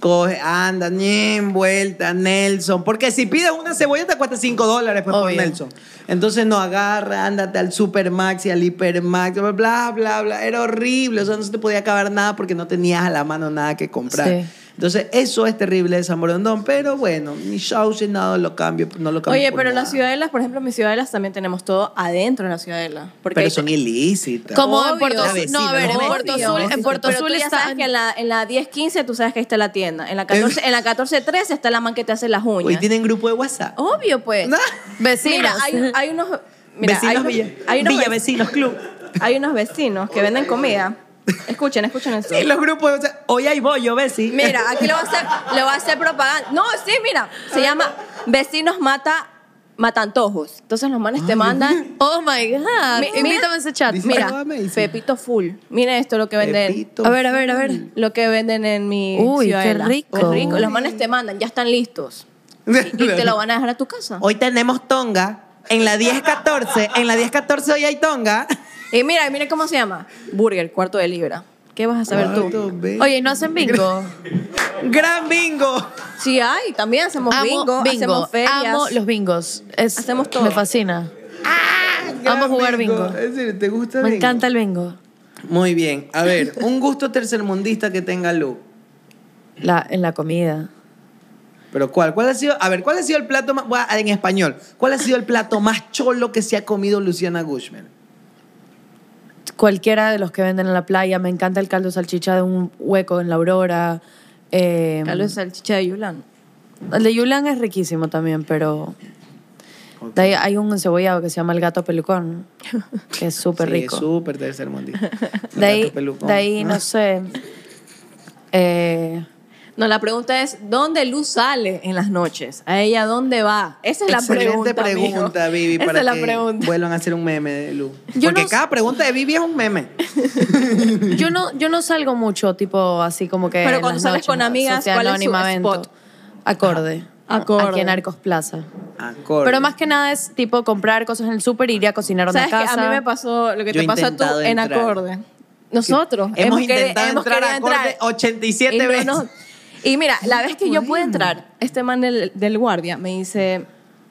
S1: Coge, anda, ni en vuelta, Nelson. Porque si pides una cebolla te cuesta 5 dólares pues, por
S2: Obvio.
S1: Nelson. Entonces no agarra, ándate al Supermax y al Hipermax, bla, bla, bla, bla. Era horrible. O sea, no se te podía acabar nada porque no tenías a la mano nada que comprar.
S2: Sí.
S1: Entonces, eso es terrible de San Borondón, pero bueno, mi show sin nada lo cambio, no lo cambio.
S3: Oye,
S1: por
S3: pero en las
S1: nada.
S3: ciudadelas, por ejemplo, en mis ciudadelas también tenemos todo adentro de la ciudadela. Porque
S1: Pero
S3: hay-
S1: son ilícitas.
S2: Como
S3: Obvio.
S2: en Puerto
S1: La
S2: Sur.
S1: vecina,
S2: no, a ver,
S1: los
S2: en Puerto
S1: vecinos.
S2: Azul, en Puerto
S3: Pero
S2: Azul
S3: tú ya
S2: está.
S3: sabes que en la, en la 10-15 tú sabes que ahí está la tienda. En la 14, en la 14-13 está la man que te hace las uñas.
S1: Hoy tienen grupo de WhatsApp.
S3: Obvio, pues.
S1: No.
S2: Vecinos.
S3: Mira, hay, hay unos... mira,
S1: vecinos
S3: hay unos-
S1: Villa,
S3: hay unos
S1: Villa
S3: ve-
S1: Vecinos Club.
S3: Hay unos vecinos que venden comida. Escuchen, escuchen esto.
S1: Sí, los grupos de WhatsApp. Hoy hay bollo, Bessi.
S3: Mira, aquí le voy a hacer, le voy a hacer propaganda. No, sí, mira. Se llama Vecinos Mata Matantojos. Entonces los manes te mandan.
S2: Oh my God.
S3: Mi-
S2: Invítame a ese chat.
S1: Dice-
S3: Mira,
S1: Saludame, dice.
S3: Pepito Full. Mira esto lo que venden.
S1: Pepito.
S2: A ver, a ver, a ver.
S3: Lo que venden en mi
S2: Uy, qué
S3: ciudadela.
S2: rico.
S3: Qué rico. Los manes te mandan, ya están listos. Y te lo van a dejar a tu casa.
S1: Hoy tenemos tonga. En la 10-14. En la 10-14 hoy hay tonga.
S3: Y mira, y mira cómo se llama. Burger, cuarto de libra. ¿Qué vas a saber
S1: Cuarto,
S3: tú?
S1: ve.
S2: Oye, ¿no hacen bingo?
S1: Gran bingo.
S3: Sí hay, también hacemos
S2: Amo
S3: bingo, hacemos ferias.
S2: Amo los bingos. Es-
S3: Hacemos todo.
S2: Me fascina. Vamos a jugar bingo.
S1: Es decir, ¿te gusta el
S2: Me
S1: bingo?
S2: encanta el bingo.
S1: Muy bien. A ver, un gusto tercermundista que tenga Lu.
S2: La, en la comida.
S1: Pero ¿cuál? ¿Cuál ha sido? A ver, ¿cuál ha sido el plato más, voy a- en español, cuál ha sido el plato más cholo que se ha comido Luciana Gushman?
S2: Cualquiera de los que venden en la playa, me encanta el caldo de salchicha de un hueco en la aurora. eh,
S3: Caldo
S1: Em,
S3: de salchicha de Yulán.
S2: El de Yulan es riquísimo también, pero de ahí hay un encebollado que se llama el gato pelucón, que es súper
S1: Sí,
S2: rico.
S1: Súper tercer mundista.
S2: de, ahí,
S1: Gato pelucón.
S2: de ahí, no
S1: Ah.
S2: sé. eh,
S3: No, la pregunta es, ¿dónde Luz sale en las noches? ¿A ella dónde va? Esa es
S1: Ah, Excelente
S3: la pregunta, amigo.
S1: pregunta, Vivi,
S3: Esa
S1: para
S3: es la
S1: que
S3: pregunta.
S1: vuelvan a hacer un meme de Lu.
S2: Yo
S1: Porque
S2: no sé-
S1: cada pregunta de Vivi es un meme.
S2: yo, no, yo no salgo mucho, tipo así como que.
S3: Pero
S2: en
S3: cuando
S2: las
S3: sales
S2: noches,
S3: con amigas,
S2: sociedad
S3: ¿cuál es su
S2: anónima evento.
S3: spot?
S2: Acorde.
S3: Ajá, acorde.
S2: Aquí en Arcos Plaza.
S1: Acorde.
S2: Pero más que nada es tipo comprar cosas en el súper, ir a cocinar a una
S3: ¿Sabes
S2: casa.
S3: que a mí me pasó lo que
S1: Yo
S3: te
S1: he
S3: pasó a tú
S1: intentado
S3: en
S1: entrar.
S3: acorde? Nosotros
S1: Hemos
S3: querido-
S1: intentado
S3: hemos
S1: entrar a
S3: querido
S1: Acorde 87
S3: Y no
S1: veces.
S3: nos- Y mira, la vez que yo pude entrar, este man del, del guardia me dice,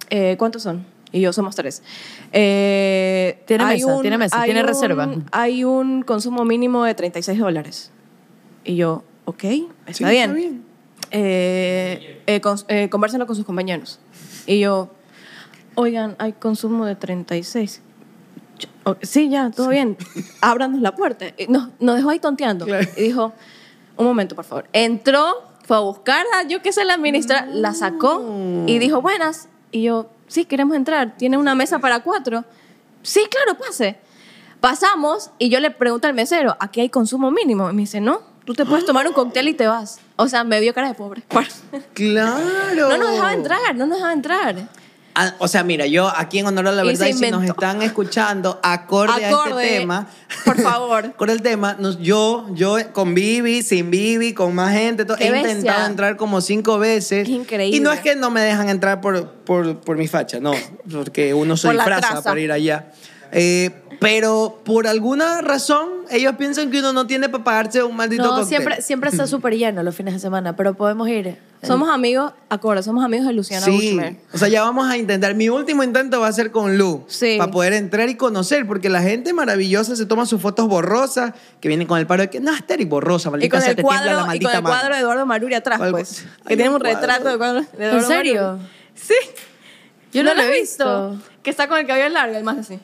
S3: eh, ¿cuántos son? Y yo somos tres. Eh,
S2: Tiene
S3: hay
S2: mesa, tiene mesa,
S3: hay
S2: tiene
S3: un-
S2: reserva.
S3: Hay un consumo mínimo de 36 dólares. Y yo, ok, está bien. Eh, eh, cons- eh, convérsenlo con sus compañeros. Y yo, oigan, hay consumo de 36. Ch- o- Sí, ya, todo bien. Ábranos la puerta. Y Nos, nos dejó ahí tonteando. Y dijo, un momento, por favor. Entró, fue a buscarla, yo qué sé, la ministra, la sacó
S1: Mm.
S3: y dijo, buenas. Y yo, sí, queremos entrar. ¿Tiene una mesa para cuatro? Sí, claro, pase. Pasamos y yo le pregunto al mesero, ¿aquí hay consumo mínimo? Y me dice, no, tú te puedes tomar un cóctel y te vas. O sea, me vio cara de pobre.
S1: Claro.
S3: No nos dejaba entrar, no nos dejaba entrar.
S1: Ah, o sea, mira, yo aquí en honor a la
S3: Y
S1: verdad,
S3: se
S1: y si nos
S3: inventó.
S1: están escuchando acorde, a
S3: Acorde,
S1: este tema,
S3: por favor.
S1: Con el tema, nos- yo, yo con Vivi, sin Vivi, con más gente, todo,
S3: Qué
S1: he
S3: bestia.
S1: intentado entrar como cinco veces.
S3: Es increíble.
S1: Y no es que no me dejan entrar por, por, por mi facha, no, porque uno se
S3: Por la
S1: disfraza
S3: traza.
S1: para ir allá. Eh, pero por alguna razón, ellos piensan que uno no tiene para pagarse un maldito
S2: No,
S1: cóctel.
S2: siempre, siempre está súper lleno los fines de semana, pero podemos ir.
S3: Somos amigos, acuerdo, somos amigos de Luciana
S1: Sí,
S3: Bushmer.
S1: o sea, ya vamos a intentar. Mi último intento va a ser con Lu.
S3: Sí.
S1: Para poder entrar y conocer, porque la gente maravillosa se toma sus fotos borrosas, que vienen con el paro de que no, estar y borrosa, maldita
S3: Y con,
S1: sea,
S3: el
S1: te tiembla
S3: cuadro,
S1: la
S3: y con
S1: maldita
S3: el cuadro
S1: mano.
S3: de Eduardo Maruri atrás,
S1: Algo-
S3: pues.
S1: hay
S3: Que
S1: un
S3: tiene un
S1: cuadro.
S3: retrato de, cuadro- de Eduardo
S2: ¿En serio?
S3: Maruri. Sí.
S2: Yo no
S3: ¿No
S2: lo he
S3: has
S2: visto.
S3: Que está con el cabello largo, el más así.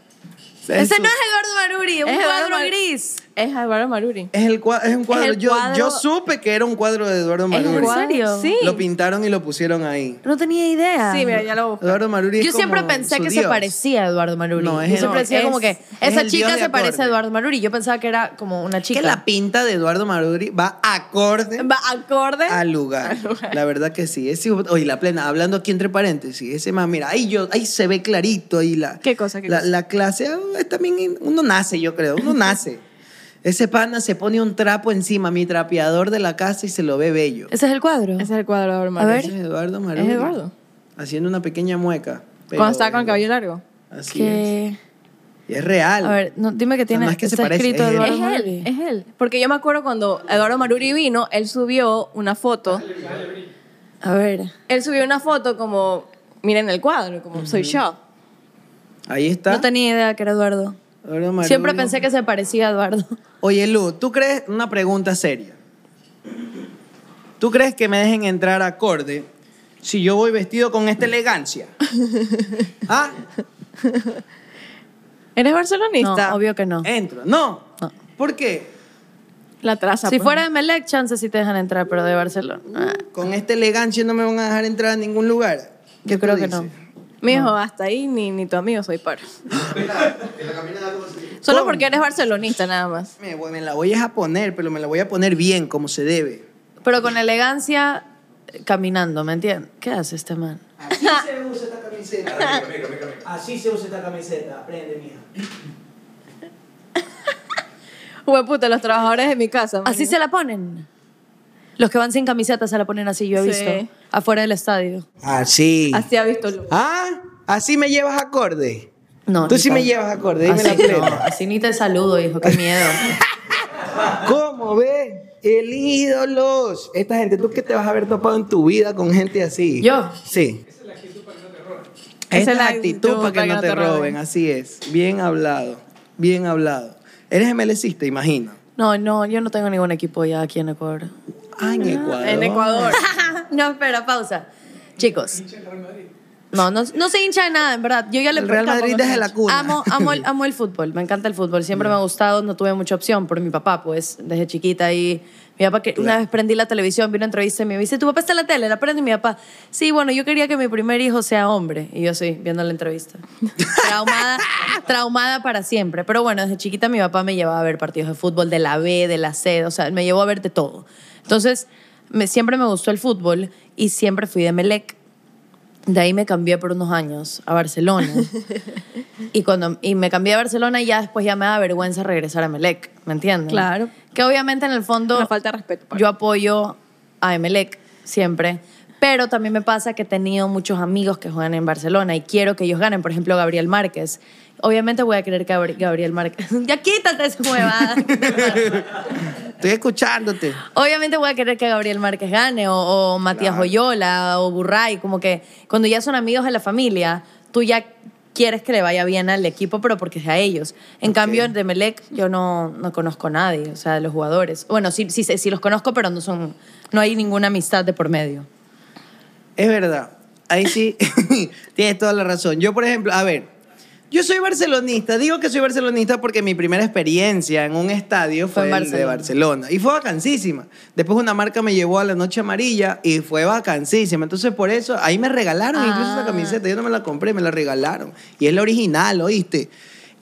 S2: Ese
S1: su-
S2: no es Eduardo Baruri, un
S3: Es Eduardo
S2: cuadro
S3: Mar-
S2: gris.
S3: Es Eduardo Maruri.
S1: Es, el cua- es un cuadro.
S3: el
S1: yo,
S3: cuadro-
S1: yo supe que era un cuadro de Eduardo Maruri.
S2: cuadro. serio?
S3: Sí.
S1: Lo pintaron y lo pusieron ahí.
S2: No tenía idea.
S3: Sí, mira, ya lo busco.
S1: Eduardo Maruri es
S2: Yo siempre
S1: como
S2: pensé
S1: su
S2: que se
S1: dios.
S2: parecía a Eduardo Maruri.
S1: No, es
S2: yo
S1: el-
S2: siempre decía
S1: es-
S2: como que
S1: es
S2: esa
S1: el dios
S2: chica
S1: de
S2: se parece
S1: acorde.
S2: a Eduardo Maruri. Yo pensaba que era como una chica.
S1: Que la pinta de Eduardo Maruri va acorde
S3: Va acorde.
S1: al lugar. La verdad que sí. Ese, oye, la plena, hablando aquí entre paréntesis, ese más, mira, ahí, yo, ahí se ve clarito. Ahí la,
S3: ¿Qué cosa, qué
S1: la,
S3: cosa?
S1: la clase ah, es también, uno nace, yo creo, uno nace. Ese pana se pone un trapo encima, mi trapeador de la casa, y se lo ve bello.
S2: Ese es el cuadro.
S3: Ese es el cuadro de Eduardo
S2: A
S3: Maruri.
S2: ver.
S1: Ese es Eduardo Maruri.
S3: Es Eduardo.
S1: Haciendo una pequeña mueca. pero-
S3: Cuando estaba con el cabello largo.
S1: Así es.
S2: que...
S1: Y es real.
S2: A ver, no, dime que tiene.
S1: no es que se
S2: está
S1: parece,
S2: escrito
S1: es él.
S2: Eduardo
S3: Es
S2: Maruri.
S3: él, es él. Porque yo me acuerdo cuando Eduardo Maruri vino, él subió una foto.
S2: A ver.
S3: Él subió una foto como, miren el cuadro, como soy yo.
S1: Ahí está.
S2: No tenía idea que era Eduardo.
S1: Eduardo Maruri.
S2: Siempre pensé que se parecía a Eduardo.
S1: Oye, Lu, ¿tú crees? Una pregunta seria. ¿Tú crees que me dejen entrar acorde si yo voy vestido con esta elegancia? ¿Ah?
S3: ¿Eres
S2: No,
S3: barcelonista?
S2: obvio que no.
S1: Entro. No.
S2: No.
S1: ¿Por qué?
S3: La traza.
S2: Si
S3: pues.
S2: fuera de Melec, chance sí te dejan entrar, pero de Barcelona. ah,
S1: Con esta elegancia no me van a dejar entrar a ningún lugar. ¿Qué
S2: Yo
S1: tú
S2: creo que
S1: dices?
S2: no.
S3: Mijo, hasta ahí ni, ni tu amigo soy par. Solo porque eres barcelonista nada más.
S1: Me, voy- me la voy a poner, pero me la voy a poner bien, como se debe.
S2: Pero con elegancia, eh, caminando, ¿me entiendes? ¿Qué hace este man?
S6: Así se usa esta camiseta. Así se usa esta camiseta. Aprende, mija.
S3: Hueputa, los trabajadores de mi casa.
S2: Así se la ponen. Los que van sin camiseta se la ponen así, yo he
S3: Sí.
S2: visto. Afuera del estadio.
S1: Así.
S3: Así ha visto Lu.
S1: ¿Ah? ¿Así me llevas acorde?
S2: No.
S1: Tú
S2: ni
S1: Ah, sí me
S2: tanto.
S1: llevas acorde, dime la
S2: así, no,
S1: plena.
S2: así ni te saludo, hijo, qué miedo.
S1: ¿Cómo ves? El ídolos. Esta gente, ¿tú qué te vas a haber topado en tu vida con gente así?
S2: ¿Yo?
S1: Sí. Esa es la actitud para que no te roben. así es. Bien hablado, bien hablado. Eres melecista, imagino.
S2: No, no, yo no tengo ningún equipo ya aquí en Ecuador.
S1: Ah, en Ecuador.
S3: En Ecuador.
S2: no, espera, pausa. Chicos. No, no, no se hincha de nada, en verdad. Yo ya le
S1: El Real
S2: tampoco
S1: Madrid
S2: soy
S1: desde la
S2: hincha.
S1: cuna.
S2: Amo, amo, el, amo el fútbol, me encanta el fútbol. Siempre me ha gustado, no tuve mucha opción por mi papá, pues, desde chiquita. Y mi papá, que una vez prendí la televisión, vi una entrevista y me dice, ¿tu papá está en la tele? La prendí y mi papá, sí, bueno, yo quería que mi primer hijo sea hombre. Y yo sí, viendo la entrevista. Traumada, traumada para siempre. Pero bueno, desde chiquita mi papá me llevaba a ver partidos de fútbol, de la B, de la C, o sea, me llevó a ver de todo. Entonces, me, siempre me gustó el fútbol y siempre fui de Melec. De ahí me cambié por unos años a Barcelona. y cuando y me cambié a Barcelona y ya después ya me da vergüenza regresar a Melec, ¿me entiendes?
S3: Claro.
S2: Que obviamente en el fondo
S3: Una falta de respeto, pues. Pablo.
S2: yo apoyo a Emelec siempre, pero también me pasa que he tenido muchos amigos que juegan en Barcelona y quiero que ellos ganen, por ejemplo, Gabriel Márquez. Obviamente voy a querer que Gabri- Gabriel Márquez. ya quítate esa huevada.
S1: Estoy escuchándote.
S2: Obviamente voy a querer que Gabriel Márquez gane, o, o Matías Oyola, o Burray, como que cuando ya son amigos de la familia, tú ya quieres que le vaya bien al equipo, pero porque es a ellos. En cambio, de Melec yo no, no conozco a nadie, o sea, de los jugadores. Bueno, sí, sí, sí los conozco, pero no, son, no hay ninguna amistad de por medio.
S1: Es verdad. Ahí sí tienes toda la razón. Yo, por ejemplo, a ver, yo soy barcelonista. Digo que soy barcelonista porque mi primera experiencia en un estadio
S2: Fue
S1: fue,
S2: en
S1: el de Barcelona. Y fue vacancísima. Después una marca me llevó a la Noche Amarilla y fue vacancísima. Entonces, por eso, ahí me regalaron incluso
S2: Ah.
S1: esa camiseta. Yo no me la compré, me la regalaron. Y es la original, ¿oíste?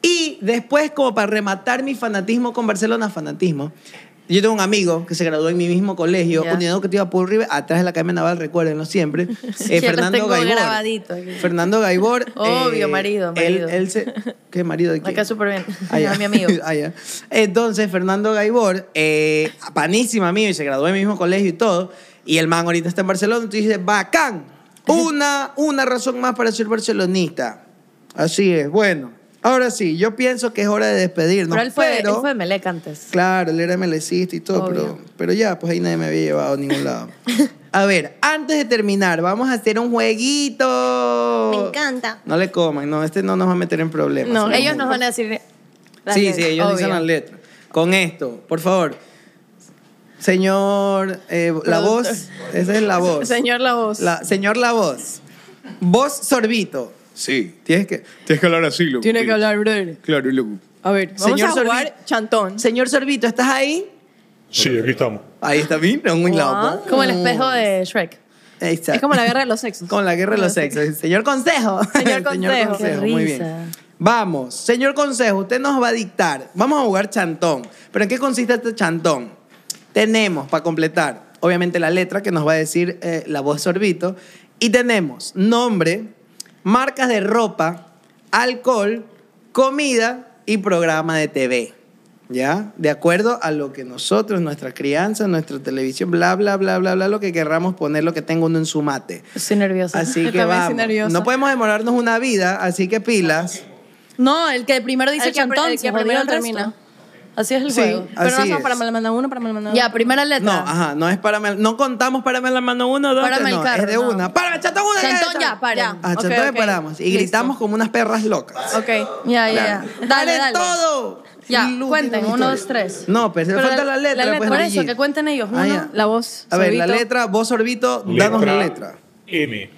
S1: Y después, como para rematar mi fanatismo con Barcelona, fanatismo, yo tengo un amigo que se graduó en mi mismo colegio,
S2: Ya.
S1: Unidad Educativa Paul River, atrás de la Academia Naval, recuérdenlo siempre. Eh,
S2: Sí, yo lo tengo grabadito aquí.
S1: Fernando Gaibor. eh,
S2: Obvio, marido, marido.
S1: Él, él se- ¿Qué marido de quién?
S2: Acá súper bien.
S1: Ah, ya.
S2: No, mi amigo.
S1: Ah, ya. Entonces, Fernando Gaibor, eh, panísima mío, y se graduó en el mismo colegio y todo, y el man ahorita está en Barcelona, entonces dice, bacán, una, una razón más para ser barcelonista. Así es, bueno. Ahora sí, yo pienso que es hora de despedirnos.
S2: pero él fue,
S1: pero-
S2: él fue de Melec antes.
S1: Claro, él era melecista y todo, pero, pero ya, pues ahí nadie me había llevado a ningún lado. A ver, antes de terminar, vamos a hacer un jueguito. Me encanta. No le coman, no, este no nos va a meter en problemas.
S2: No,
S1: seguro.
S2: ellos nos van a decir... las
S1: Sí, sí,
S2: letras,
S1: ellos dicen
S2: obvio.
S1: las letras. Con esto, por favor. Señor, eh, la voz, esa es la voz.
S5: Señor la voz.
S1: La- señor la voz. Voz sorbito.
S4: Sí.
S1: Tienes que.
S4: Tienes que hablar así, loco.
S5: Tiene que hablar, brother.
S4: Claro, loco.
S5: A ver, vamos
S1: Señor
S5: a jugar
S1: Sorbit.
S5: chantón.
S1: Señor sorbito, ¿estás ahí?
S7: Sí, aquí estamos.
S1: Ahí está bien, en un lado.
S2: Como el espejo de Shrek.
S1: Ahí está.
S3: Es como la guerra de los sexos.
S1: Con la guerra de los sexos. Señor consejo.
S5: Señor consejo.
S2: Qué
S1: Muy
S2: risa.
S1: bien. Vamos, señor consejo, usted nos va a dictar. Vamos a jugar chantón. ¿Pero en qué consiste este chantón? Tenemos, para completar, obviamente la letra que nos va a decir eh, la voz sorbito. Y tenemos nombre, marcas de ropa, alcohol, comida y programa de TV. ¿Ya? De acuerdo a lo que nosotros, nuestra crianza, nuestra televisión, bla, bla, bla, bla, bla, lo que querramos poner, lo que tenga uno en su mate.
S2: Estoy nerviosa.
S1: Así
S5: Yo
S1: que
S5: también
S1: vamos.
S5: estoy nerviosa.
S1: No podemos demorarnos una vida, así que pilas.
S2: No, el que primero dice
S3: El que pr-
S2: chantón,
S3: el
S2: se
S3: que
S2: jodía
S3: primero
S2: el resto.
S3: termina.
S2: Así es el
S1: Sí.
S2: juego.
S3: Pero no
S1: Así
S3: son
S1: es.
S3: para me la manda uno, para me la manda
S2: Ya,
S3: uno.
S2: primera letra.
S1: No, ajá, no es para me- no contamos para me la mano uno, dos,
S2: Párame
S1: tres,
S2: el
S1: no,
S2: carro,
S1: es de
S2: no.
S1: una. Para, chatón una.
S2: Chantón ya, paren.
S1: Ah,
S3: Ok,
S1: chantón
S3: ok.
S1: y paramos y
S3: Listo.
S1: gritamos como unas perras locas.
S3: Ok.
S2: Ya, ya, ya. Dale,
S1: ¡Paren
S2: dale.
S1: todo.
S2: Ya,
S1: Inútil
S2: cuenten,
S1: una
S2: uno,
S1: historia.
S2: dos, tres.
S1: No, pero, se
S3: Pero
S1: falta
S3: la-
S1: la letra,
S3: la letra.
S1: pues,
S2: Por eso,
S1: Brigitte.
S2: que cuenten ellos.
S1: Ah,
S2: uno.
S1: ya.
S3: La voz.
S1: A ver, la
S3: sorbito.
S1: letra, vos sorbito, eh, danos la letra.
S7: M.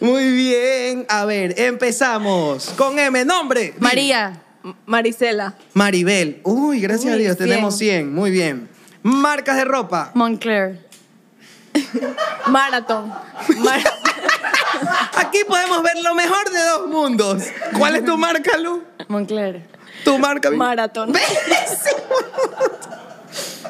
S1: Muy bien, a ver, empezamos con M, nombre.
S2: María,
S3: M- Marisela.
S1: Maribel. Uy, gracias a
S3: Uy,
S1: Dios,
S3: 100.
S1: tenemos 100. Muy bien. Marcas de ropa.
S2: Moncler.
S3: Marathon.
S1: Aquí podemos ver lo mejor de dos mundos. ¿Cuál es tu marca, Lu?
S2: Moncler.
S1: Tu marca. mi-
S3: Maratón.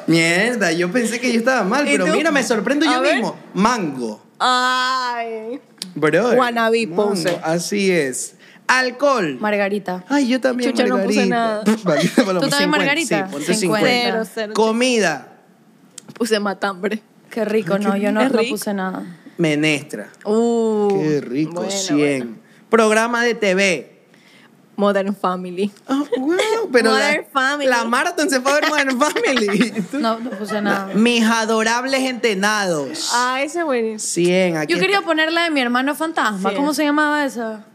S1: Mierda, yo pensé que yo estaba mal,
S3: ¿Y
S1: pero
S3: tú?
S1: mira, me sorprendo
S3: A
S1: yo
S3: ver.
S1: mismo. Mango.
S3: Ay.
S1: Bro.
S3: Wannabe
S1: Mango,
S3: poser.
S1: Así es. Alcohol.
S2: Margarita.
S1: Ay, yo también
S3: Chucha, no puse
S1: margarita.
S3: nada.
S1: Margarita, por Ah, lo
S2: ¿Tú
S1: menos
S2: también
S1: 50.
S2: margarita?
S1: Sí, ponte
S2: 50.
S1: 50.
S3: Cero, cero.
S1: Comida.
S3: Puse matambre.
S2: Qué rico, no, yo no,
S3: Es
S2: no
S3: rico.
S2: puse nada.
S1: Menestra.
S3: Uh.
S1: Qué rico,
S3: bueno,
S1: 100. Programa de TV.
S3: Modern Family.
S1: Ah, wow, pero
S3: Modern
S1: la,
S3: Family.
S1: la Marathon se fue a ver Modern Family.
S2: No, no puse nada.
S1: Mis adorables entrenados.
S3: Ah, ese es buenísimo.
S1: 100. Aquí
S2: Yo quería
S1: está.
S2: poner la de mi hermano fantasma.
S3: Sí.
S2: ¿Cómo se llamaba esa?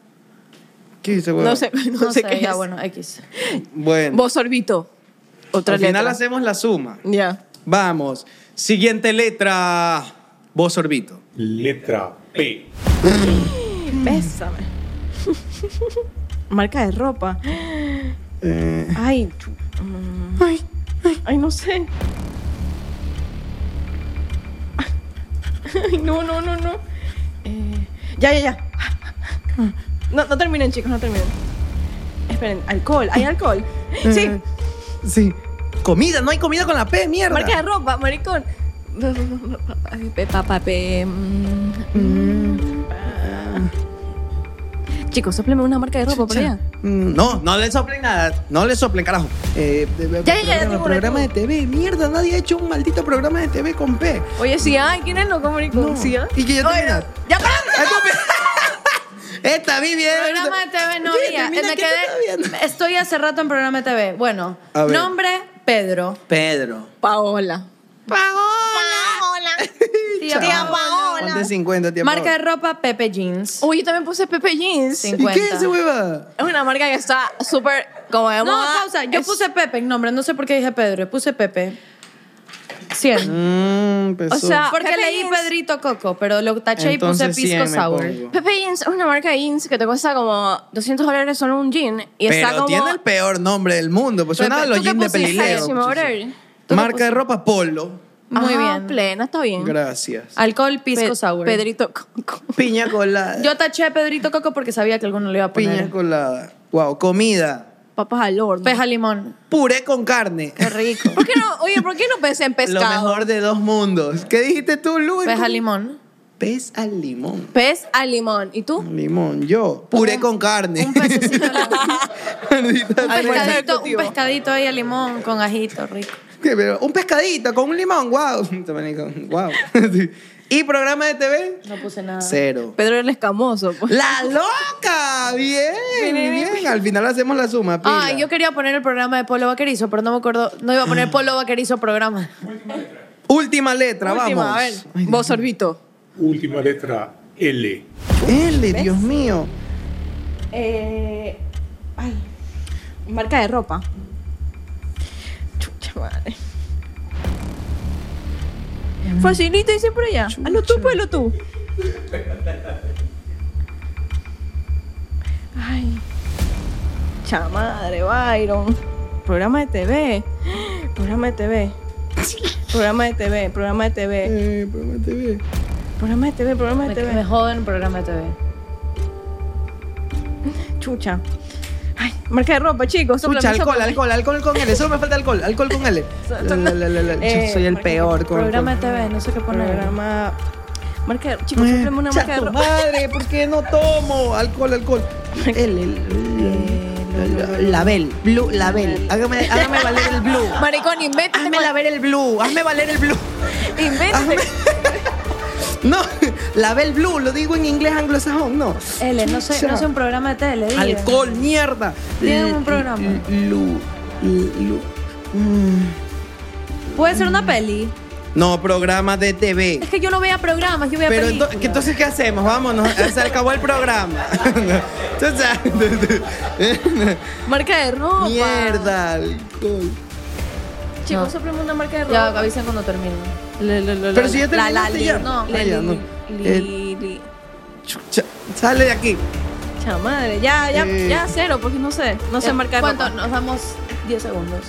S1: ¿Qué dice, huevón?
S3: No sé, no, sé, qué
S2: ya,
S3: es.
S2: bueno, X.
S1: Bueno.
S3: Vos Sorbito. Otra
S1: Al final
S3: letra.
S1: hacemos la suma.
S3: Ya.
S1: Vamos. Siguiente letra. Vos sorbito.
S7: Letra P.
S3: Pésame. Marca de ropa. Ay, chu- mm. Eh. ay, ay, ay, no sé. Ay, no, no, no, no. Eh, ya, ya, ya. No, no terminen, chicos, no terminen. Esperen, alcohol, hay alcohol. Sí,
S1: Sí. Comida, no hay comida con la P, mierda.
S3: marca de ropa, maricón. Pe- pa- pa- pe- mm, mm, pa. Chicos, sopleme una marca de ropa por allá.
S1: Mm, No, no le soplen nada. No le soplen, carajo. Eh, de- de-
S3: Ya, ya, ya,
S1: programa,
S3: tengo una,
S1: programa de
S3: tengo.
S1: TV. Mierda, nadie ha hecho un maldito programa de TV con P.
S3: Oye, sí, ay, ¿quién es lo comunicó?
S1: No.
S3: Sí, ay.
S1: Y que ya
S3: Oye,
S1: termina.
S3: Ya para.
S1: Esta vi bien.
S2: Programa de TV no
S1: Oye,
S2: había.
S1: termina, ¿qué
S2: Me
S1: te está viendo?
S2: quedé, estoy hace rato en programa de TV. Bueno,
S1: A ver.
S2: nombre Pedro.
S1: Pedro.
S3: Paola.
S2: Tía Paola.
S1: Ponte 50, tío.
S2: Marca de
S1: ropa.
S2: ropa Pepe Jeans.
S3: Uy, yo también puse Pepe Jeans.
S2: Sí.
S1: ¿Y qué es
S2: 50.
S1: esa hueva?
S3: Es una marca que está súper como de
S2: No,
S3: moda.
S2: pausa. Yo
S3: Es-
S2: puse Pepe en nombre. No sé por qué dije Pedro. Puse Pepe. Ah, 100.
S1: Mmm,
S3: O sea,
S2: Mm. Porque
S3: Pepe
S2: leí
S3: Jeans.
S2: Pedrito Coco, pero lo taché
S1: Entonces,
S2: y
S1: 100
S2: puse Pisco
S1: me
S2: Sour.
S1: pongo.
S3: Pepe Jeans es una marca de jeans que te cuesta como 200 dólares solo un jean. Y está
S1: Pero
S3: como...
S1: tiene el peor nombre del mundo. Pues suena a
S2: Pepe,
S1: los
S2: ¿tú qué
S1: jeans de
S2: pusiste?
S1: pelileo.
S3: Carísimo,
S1: pues,
S3: brother.
S1: sí. Marca de ropa polo.
S2: Muy
S3: Ajá,
S2: bien.
S3: plena, está bien.
S1: Gracias.
S2: Alcohol Pisco
S3: Pe-
S2: Sour.
S3: Pedrito Coco.
S1: Piña colada.
S2: Yo taché a Pedrito Coco porque sabía que alguno le iba a poner.
S1: Piña colada. Wow, comida.
S3: Papas al horno.
S2: Peja limón.
S1: Puré con carne.
S2: Qué rico.
S3: ¿Por qué no? Oye, ¿por qué no pensé en
S1: Lo
S3: pescado?
S1: mejor de dos mundos. ¿Qué dijiste tú, Luis?
S2: Peja limón.
S1: Pez al limón.
S3: Pez al limón. ¿Y tú?
S1: Limón, yo. Puré con carne.
S2: Un pececito al limón.
S1: Maldita
S2: Un
S1: sea.
S2: pescadito, un pescadito ahí al limón con ajito, rico.
S1: ¿Qué, pero? un pescadito con un limón. Wow. Este manico, Wow. Sí. ¿Y programa de TV?
S2: No puse nada.
S1: Cero.
S3: Pedro el Escamoso. pues.
S1: ¡La loca! Bien, bien. Al final hacemos la suma. Pila.
S2: Ah, yo quería poner el programa de Polo Vaquerizo, pero no me acuerdo. No iba a poner Polo Vaquerizo programa.
S1: Última letra, vamos. Ay,
S3: Vos sorbito.
S7: Última letra L.
S1: L, Dios mío.
S3: Eh, ay, marca de ropa. Chucha madre. Facilito, dice por allá. Hazlo tú, pues, hazlo tú. Ay. Chamadre, Byron. Programa de TV. Programa de TV. Programa de TV, programa de TV.
S1: Eh, programa de TV.
S3: Programa de TV, programa de
S2: Me,
S3: TV.
S2: me joden programa de TV.
S3: Chucha. Ay, marca de ropa, chicos.
S1: Pucha,
S3: sóplame,
S1: alcohol,
S3: sóplame.
S1: alcohol, alcohol con L. Solo me falta alcohol, alcohol con L. La, la, la, la, la.
S3: Eh,
S1: Yo soy el
S3: marca-
S1: peor con
S2: Programa de
S1: con-
S2: TV, no sé qué poner.
S3: Programa. Marca de. Chicos,
S1: Eh,
S3: soplame una
S1: cha
S3: marca de
S1: tu
S3: ropa.
S1: madre, ¿por qué no tomo? Alcohol, alcohol. L, L, Label, blue, label. Hágame, hágame valer el blue.
S3: Maricón, invéntate.
S1: Hazme
S3: con-
S1: valer el blue, hazme valer el blue.
S3: Invéntate.
S1: No, label blue, lo digo en inglés anglosajón, no.
S2: L, no sé, no sé un programa de tele. digan.
S1: Alcohol, mierda.
S2: Tienen un programa.
S1: Lu, lu.
S2: Puede ser una peli.
S1: No, programa de TV.
S2: Es que yo no veía programas, yo veía
S1: Pero
S2: películas.
S1: ento- ¿qué- entonces, ¿qué hacemos? Vámonos, se acabó el programa. Entonces, eh,
S3: marca de ropa.
S1: mierda, alcohol.
S3: Chicos,
S2: No.
S3: soplame una marca de ropa.
S2: Ya, avisen cuando termine.
S3: Le- le- le-
S1: Pero
S3: le-
S1: si ya
S3: la- la-
S1: terminaste
S3: li-
S1: ya.
S3: No,
S1: Ah,
S3: le-
S1: ya,
S3: li-
S1: no.
S3: li-
S1: Eh.
S3: li- li-
S1: Chucha, sale de aquí.
S3: Chamadre. Ya, ya,
S1: Eh.
S3: ya, cero, porque no sé. No sé marca de
S2: Eh, ¿Cuánto?
S3: ropa.
S2: Nos damos 10 segundos.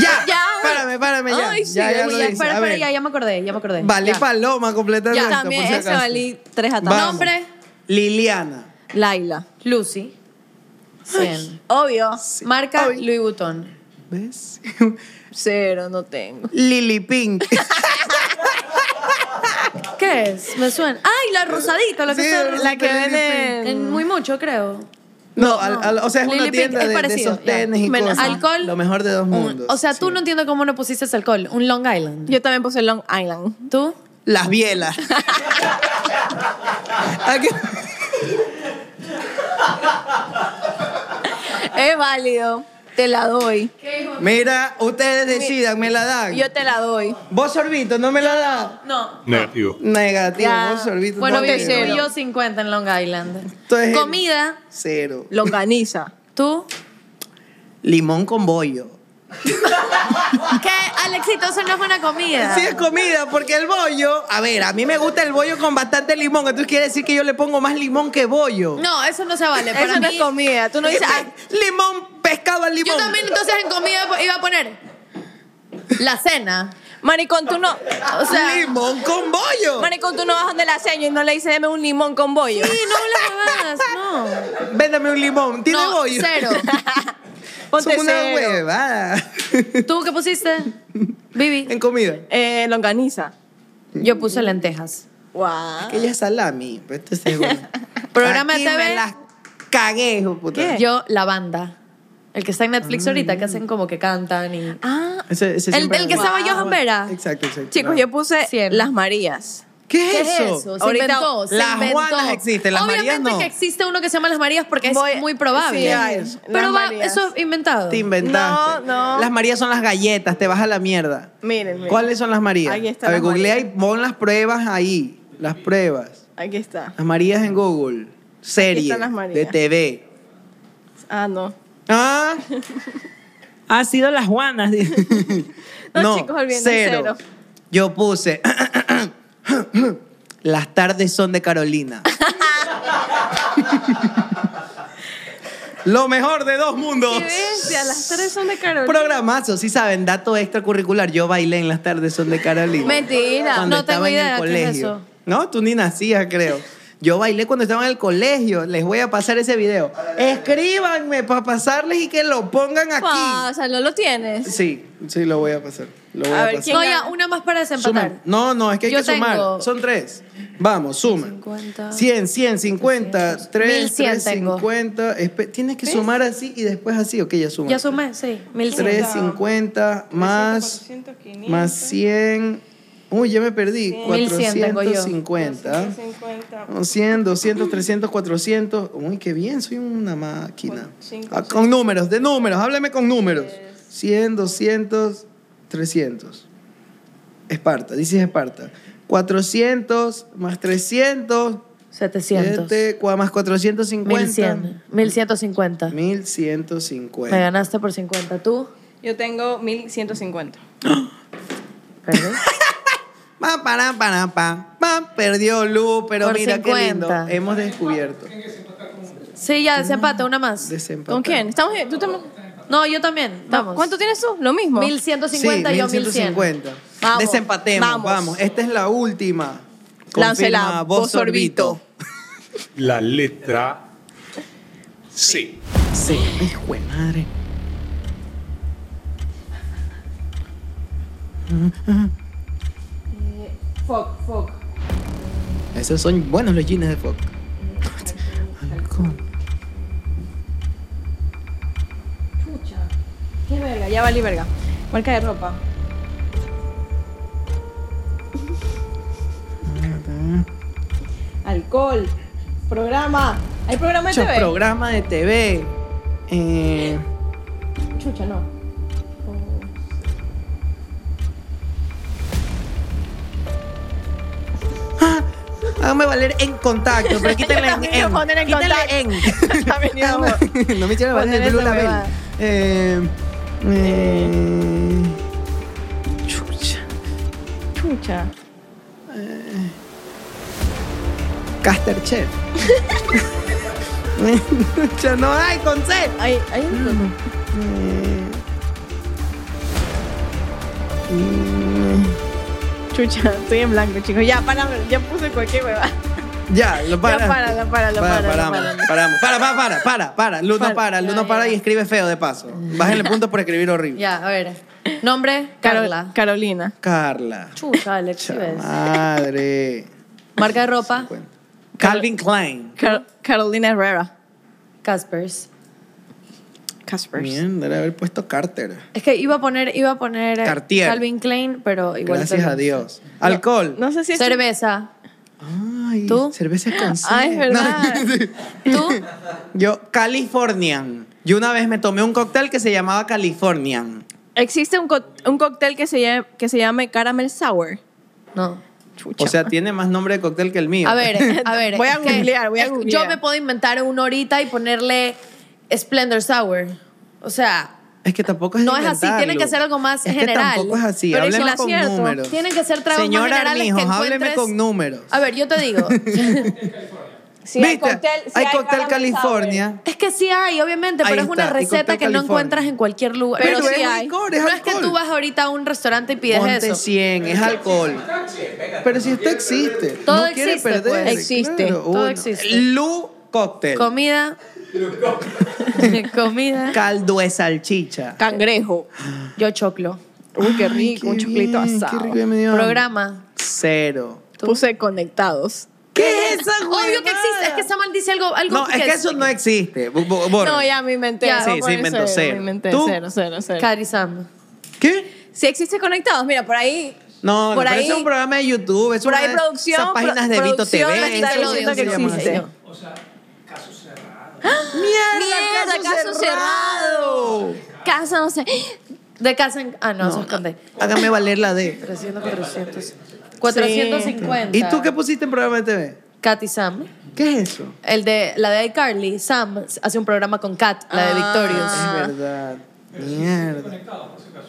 S1: ¡Ya!
S3: Ya.
S1: Párame, párame, ya.
S3: Ay, sí,
S1: ya, ya,
S2: Uy,
S1: lo
S2: ya,
S1: hice.
S2: espera,
S1: A
S2: espera,
S1: ver.
S2: ya, ya me acordé, ya me acordé.
S1: Valí
S2: Ya.
S1: paloma completamente.
S3: Ya,
S1: por
S3: también
S1: si
S3: ese
S1: acaso.
S3: valí tres ataques.
S1: Vamos.
S2: Nombre,
S1: Liliana.
S3: Laila.
S2: Lucy. 100.
S3: Obvio.
S2: Marca
S1: Ay.
S2: Louis Vuitton.
S1: ¿Ves?
S3: Cero, no tengo.
S1: Lily Pink.
S2: ¿Qué es? Me suena. ¡Ay, la rosadita! La que,
S1: Sí,
S2: está-
S1: la
S2: la que
S1: que
S2: venden
S1: venden-
S2: en muy mucho, creo.
S1: No,
S2: No,
S1: al-
S2: no.
S1: al- o sea, es
S2: Lily
S1: una
S2: Pink
S1: tienda de,
S2: es
S1: de
S2: parecido,
S1: esos
S2: ya.
S1: tenis y
S3: Menos
S1: cosas.
S2: alcohol.
S1: Lo mejor de dos
S2: Un-
S1: mundos.
S2: o sea, tú
S1: sí.
S2: no entiendo cómo no pusiste ese alcohol. Un Long Island.
S3: Yo también puse Long Island.
S2: ¿Tú?
S1: Las bielas. ¿A qué?
S3: válido. Te la doy.
S1: Mira, ustedes decidan, me la dan.
S3: Yo te la doy.
S1: Vos, Sorbito, no me la da.
S2: No.
S7: Negativo.
S1: Negativo,
S3: Ya.
S1: vos, Sorbito.
S2: Bueno,
S1: no
S2: yo
S1: te
S2: soy
S1: doy.
S2: yo 50 en Long Island.
S1: Tú eres el-
S2: Comida,
S1: Cero.
S3: Longaniza.
S2: tú.
S1: Limón con bollo.
S2: ¿Qué? Alexito, eso no es una comida.
S1: Sí es comida, porque el bollo... A ver, a mí me gusta el bollo con bastante limón. Entonces quiere decir que yo le pongo más limón que bollo.
S2: No, eso no se vale. Para
S5: Eso no
S2: mí-
S5: es comida. Tú no dices, ah,
S1: Limón, pescado al limón.
S2: Yo también entonces en comida iba a poner la cena.
S3: Maricón, tú no. O sea,
S1: limón con bollo.
S3: "Ah, Maricón, tú no vas donde la seño y no le dices, deme un limón con bollo.
S2: Sí, no hablas más, no.
S1: Véndame un limón. ¿Tiene
S2: no,
S1: bollo?
S2: cero.
S3: Ponte
S1: Son una
S3: cero.
S1: huevada.
S2: ¿Tú qué pusiste? Vivi.
S1: en comida.
S3: Eh, longaniza.
S2: Yo puse lentejas.
S3: Guau.
S1: Que ella es salami, pues estoy segura.
S2: Programa
S1: Aquí
S2: de TV.
S1: me las cagué, hijo puta.
S2: Yo, la banda. El que está en
S1: Ah.
S2: Netflix ahorita, que hacen como que cantan y...
S3: Ah,
S1: Ese- ese
S2: El-
S1: siempre
S2: el
S1: lo
S2: que
S1: digo.
S2: estaba
S1: Ah,
S2: Johan
S1: bueno.
S2: Vera.
S1: Exacto, exacto.
S3: chicos,
S1: No.
S3: yo puse
S2: Cien.
S3: las Marías.
S1: ¿Qué es
S2: ¿Qué
S1: eso?
S2: Se
S3: Ahorita
S2: inventó, se
S1: las
S2: inventó.
S1: Juanas existen, las
S2: Obviamente
S1: Marías no.
S2: que existe uno que se llama las Marías porque es
S3: Voy-
S2: muy probable.
S3: sí, hay,
S2: Pero
S3: las
S2: va,
S3: Marías.
S2: eso es inventado.
S1: Ah, Te inventaste.
S3: No, no.
S1: Las Marías son las galletas, te vas a la mierda.
S5: miren, miren.
S1: ¿Cuáles son las Marías?
S5: Ahí está
S1: a ver,
S5: las
S1: googlea
S5: Marías.
S1: y pon las pruebas ahí. Las pruebas.
S5: Aquí está.
S1: Las Marías en Google. Serie.
S5: están las Marías.
S1: De TV.
S5: Ah, no.
S1: Ah. Ha sido las Juanas.
S3: No, chicos, olviden, cero.
S1: Yo puse. las tardes son de Carolina. Lo mejor de dos mundos.
S3: Bestia, las tres son de Carolina.
S1: Programazo, sí saben, dato extracurricular. Yo bailé en las tardes son de Carolina.
S3: Mentira.
S1: Cuando
S2: No
S1: estaba
S2: tengo
S1: en
S2: idea
S1: el
S2: qué es
S1: colegio.
S2: eso.
S1: No, tú ni nacías, creo. Yo bailé cuando estaba en el colegio. Les voy a pasar ese video. Escríbanme para pasarles y que lo pongan aquí.
S2: Ah,
S3: Pásalo, lo tienes.
S1: Sí, sí, lo voy a pasar. Lo voy
S3: A
S1: a,
S3: ver,
S1: pasar.
S2: No, ya, una más para desempatar.
S1: Sumen. No, no, es que hay
S2: Yo
S1: que sumar.
S2: tengo-
S1: Son tres. Vamos, sumen.
S2: 50,
S1: 100, 100, 50, 3,
S2: 1100
S1: 3,
S2: tengo.
S1: 50. Espe- Tienes que sumar así y después así. Ok, ya suma.
S2: Ya sumé, sí. 1100.
S1: 350 más, más 100. Uy, ya me perdí.
S2: 1100 tengo yo.
S1: 450.
S5: 50.
S1: 100, 200, 300, 400. Uy, qué bien, soy una máquina. Ah, con números, de números, háblame con números. 100, 200, 300. Esparta, dices Esparta. 400 más 300,
S2: 700.
S1: siete, cua- más 450.
S2: 1100. 1150.
S1: 1150.
S2: Me ganaste por 50. ¿Tú?
S5: Yo tengo 1150.
S2: Perdí.
S1: Pa, para, para, pa. Pa, perdió Lu, pero
S2: Por
S1: mira qué lindo.
S2: 50.
S1: Hemos descubierto.
S2: Sí, ya, desempata, una más.
S1: Desempate.
S3: ¿Con quién? ¿Estamos bien? ¿Tú también?
S2: No, yo también. Vamos.
S3: ¿Cuánto tienes tú? Lo mismo.
S2: 1150
S1: sí,
S2: yo 1100.
S1: 1150.
S3: Vamos,
S1: Desempatemos,
S3: vamos.
S1: vamos. Esta es la última.
S3: Láncela,
S1: Confirma,
S3: vos sorbito.
S7: La letra C.
S1: Sí, hijo de madre.
S3: Eh,
S1: Foc, foc. Esos son buenos los jeans de foc.
S3: Qué verga, ya valí verga. Marca de ropa. Alcohol. Programa. ¿Hay programa de
S1: Muchos
S3: TV?
S1: programa de TV. Eh,
S3: Chucha, no.
S1: Hágame valer en contacto, pero quítale en.
S5: también iba a
S1: en.
S5: poner en
S1: quítale
S5: contacto.
S1: en.
S5: También iba a
S1: Hágame- no me hicieron valer
S5: poner
S1: en Blue
S5: esa
S1: Label.
S5: huevada.
S1: Eh, eh, chucha. Eh,
S5: Chucha.
S1: Caster Chef. Chucha, no hay Mm, con C.
S5: Ahí, ahí.
S1: eh.
S5: Chucha, estoy en blanco, chicos. Ya, para, ya puse cualquier hueva.
S1: Ya, lo para.
S5: Ya, páralo, páralo,
S1: para,
S5: páralo,
S1: paramos,
S5: páralo.
S1: paramos. Para, para, para, para, para. Luz no para, Luz no para y escribe feo de paso. Bájenle puntos por escribir horrible.
S2: Ya, a ver. Nombre,
S5: Carol-
S2: Carla.
S5: Carolina.
S1: Carla.
S2: Chucha, Alex, ¿sí pues. ves?
S1: Madre.
S2: Marca de ropa,
S1: Calvin Klein.
S5: Car- Carolina Herrera.
S2: Caspers.
S5: Caspers.
S1: Mierda, debe haber puesto Carter.
S2: Es que iba a poner, iba a poner eh,
S1: Cartier.
S2: Calvin Klein, pero igual.
S1: Gracias a
S2: perdí.
S1: Dios. Alcohol.
S5: No sé si es.
S2: Cerveza.
S1: Ay,
S2: ¿Tú?
S1: cerveza con sal.
S3: Ah, es verdad.
S2: ¿Tú?
S1: Yo, Californian. Yo una vez me tomé un cóctel que se llamaba Californian.
S3: Existe un, co- un cóctel que se, llame, que se llame Caramel Sour.
S2: No.
S1: O sea, tiene más nombre de cóctel que el mío.
S2: A ver, a ver.
S5: Voy a
S2: es que-
S5: googlear, voy a
S2: es- Yo
S5: googlear.
S2: me puedo inventar una horita y ponerle Splendor Sour. O sea,
S1: Es que tampoco es
S2: No es así, tiene
S1: inventarlo.
S2: que ser algo más
S1: es
S2: general.
S1: Que tampoco es así,
S3: Pero es
S1: hábleme
S3: el
S1: con
S3: acierto.
S1: números.
S2: tienen que ser tragos
S1: Señora
S2: más generales
S1: Armijo,
S2: que encuentres.
S1: hábleme con números.
S2: A ver, yo te digo.
S3: Sí,
S1: ¿Viste?
S3: hay cóctel, sí
S1: hay cóctel
S3: Caramel Sour.
S1: California.
S2: es que sí hay, obviamente,
S1: Ahí
S2: pero es una
S1: está, y
S2: receta
S1: cóctel
S2: que no
S1: California.
S2: encuentras en cualquier lugar.
S1: Pero
S2: Pero,
S1: es
S2: sí hay.
S1: licor, es
S2: no es que
S1: alcohol.
S2: tú vas ahorita a un restaurante y pides
S1: Ponte
S2: eso.
S1: 100, es alcohol. Pero si esto existe,
S2: Todo
S1: no quiere
S2: existe,
S1: perder.
S2: pues. Existe,
S1: claro,
S2: todo
S1: uno.
S2: existe.
S1: Lu cóctel.
S2: Comida. Comida.
S1: Caldo de salchicha.
S3: Cangrejo.
S2: Yo choclo.
S5: Uy, qué
S1: Ay,
S5: rico, un
S1: qué
S5: choclito
S1: bien, qué
S5: asado.
S1: rico, ya me dio hambre.
S2: Programa.
S1: Cero.
S5: Puse conectados.
S1: ¿Qué es esa
S2: Obvio que existe. Es que Samuel dice algo, algo
S1: No, es que eso no existe. Bu- bu- borra.
S3: No, ya me inventé.
S2: Ya,
S3: Voy
S2: sí,
S3: a
S1: sí,
S3: poner
S1: inventó cero.
S3: Me inventé
S1: ¿Tú?
S3: cero, cero, cero.
S2: Cari Sam.
S1: ¿Qué?
S3: Si existe conectados, mira, por ahí.
S1: No,
S3: por
S1: pero
S3: ahí.
S1: ese es un programa de YouTube. Es
S3: por
S1: una
S3: ahí
S1: de
S3: producción,
S1: Esas páginas de
S3: pro-
S1: Vito TV.
S3: producción me está
S1: esas
S2: diciendo
S1: cosas
S2: que
S1: se llaman
S2: existe.
S1: así.
S3: Mierda, caso cerrado. Casa, no sé.
S2: De casa en. Ah, no, eso es con D.
S1: Hágame valer la D.
S2: 300, 400. 450.
S1: ¿Y tú qué pusiste en programa de TV?
S2: Kat y Sam.
S1: ¿Qué es eso?
S2: El de, la de iCarly, Sam hace un programa con Kat, la
S1: Ah.
S2: de Victorious.
S1: Es verdad. Mierda.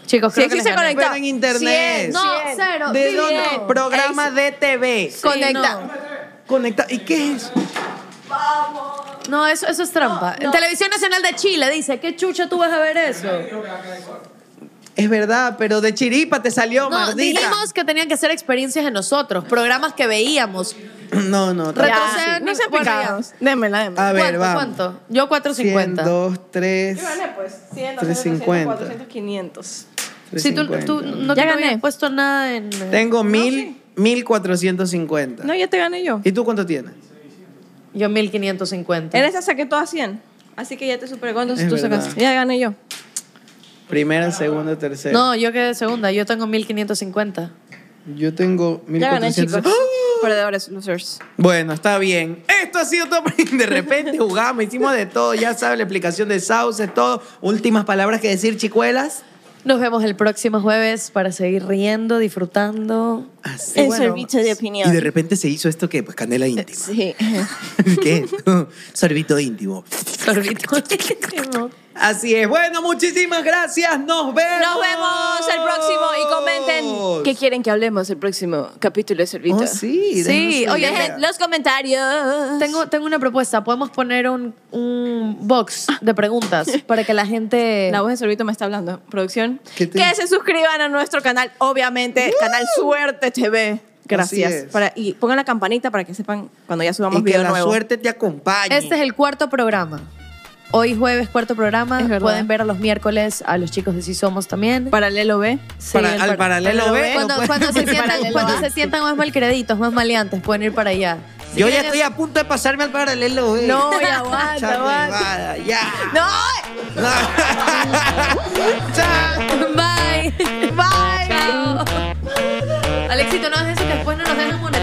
S2: Chicos,
S3: Si
S2: creo que les gané.
S3: existe
S1: Pero
S3: conectado.
S1: en internet.
S2: No, cero.
S1: ¿De
S2: sí,
S1: dónde?
S2: no.
S1: Programa de TV.
S2: Sí,
S3: Conecta.
S2: No,
S1: Conecta. ¿Y qué es eso?
S2: No, eso, eso es trampa. En Televisión Nacional de Chile dice, ¿qué chucha tú vas a ver eso?
S1: Es verdad, pero de chiripa te salió,
S2: No,
S1: maldita.
S2: dijimos que tenían que ser experiencias de nosotros, programas que veíamos.
S1: No, no. Ah.
S2: Retrocede.
S1: tampoco sí.
S2: Ya.
S5: No sean
S2: Bueno,
S5: picados. Démela, démela.
S1: A ver,
S2: ¿Cuánto,
S1: vamos.
S2: cuánto? Yo 450.
S1: 2, 3,
S3: Yo gané, pues. 100,
S1: 350.
S3: 400, 500.
S2: Si tú, tú no
S3: Ya
S2: te
S3: gané.
S2: habías puesto nada en... eh,
S1: Tengo mil, mil cuatrocientos cincuenta.
S3: No, ya te gané yo.
S1: ¿Y tú cuánto tienes?
S2: Yo 1550.
S3: En esa saqué todas 100. Así que ya te superé. ¿Cuántos
S1: Es
S3: tú
S1: verdad.
S3: sacaste? Ya gané yo.
S1: Primera, segunda, tercera.
S2: No, yo quedé segunda. Yo tengo 1550.
S1: Yo tengo mil
S3: Ya gané,
S1: cuatrocientos. ¡Ah!
S3: chicos. Perdedores, losers.
S1: Bueno, está bien. Esto ha sido todo. De repente jugamos, hicimos de todo. Ya sabes, la explicación de sauces, todo. Últimas palabras que decir, chicuelas.
S2: Nos vemos el próximo jueves para seguir riendo, disfrutando.
S1: Así,
S3: El sorbito de opinión.
S1: Y de repente se hizo esto que, pues, canela íntima.
S3: Sí.
S1: ¿Qué? es? Sorbito íntimo.
S2: Sorbito.
S1: Así es. Bueno, muchísimas gracias. Nos vemos.
S3: Nos vemos el próximo y comenten qué quieren que hablemos el próximo capítulo de Servita.
S1: Oh, sí.
S2: Sí,
S1: déjanos
S2: oye,
S1: una
S3: Dejen
S1: idea.
S3: los comentarios.
S2: tengo, tengo una propuesta. Podemos poner un, un box de preguntas para que la gente...
S3: La voz de Sorbito me está hablando. Producción.
S1: ¿Qué te-
S3: Que se suscriban a nuestro canal, obviamente, canal Suerte TV.
S1: Así
S3: Gracias.
S1: es.
S3: Para, y pongan la campanita para que sepan cuando ya subamos
S1: y que
S3: video
S1: la
S3: nuevo.
S1: suerte te acompañe.
S2: Este es el cuarto programa. Hoy jueves, cuarto programa.
S3: Es verdad.
S2: Pueden ver a los miércoles a los chicos de Si Somos también.
S3: Paralelo B.
S1: Para-
S2: el
S1: al
S2: par-
S1: paralelo B. lo
S2: Cuando,
S1: pueden
S2: cuando se
S1: ver
S2: sientan,
S1: paralelo
S2: cuando
S1: A.
S2: se sientan más malcreditos, más maleantes, pueden ir para allá. Si
S1: Yo ya
S2: quieren-
S1: estoy a punto de pasarme al paralelo. eh.
S3: No, ya aguanta,
S1: Esa
S3: aguanta.
S1: huevada, ya.
S3: ¡No!
S1: Chao.
S2: Bye.
S3: ¡Bye!
S2: Chao. Alexito, no hagas eso que después no nos dejan monetizar.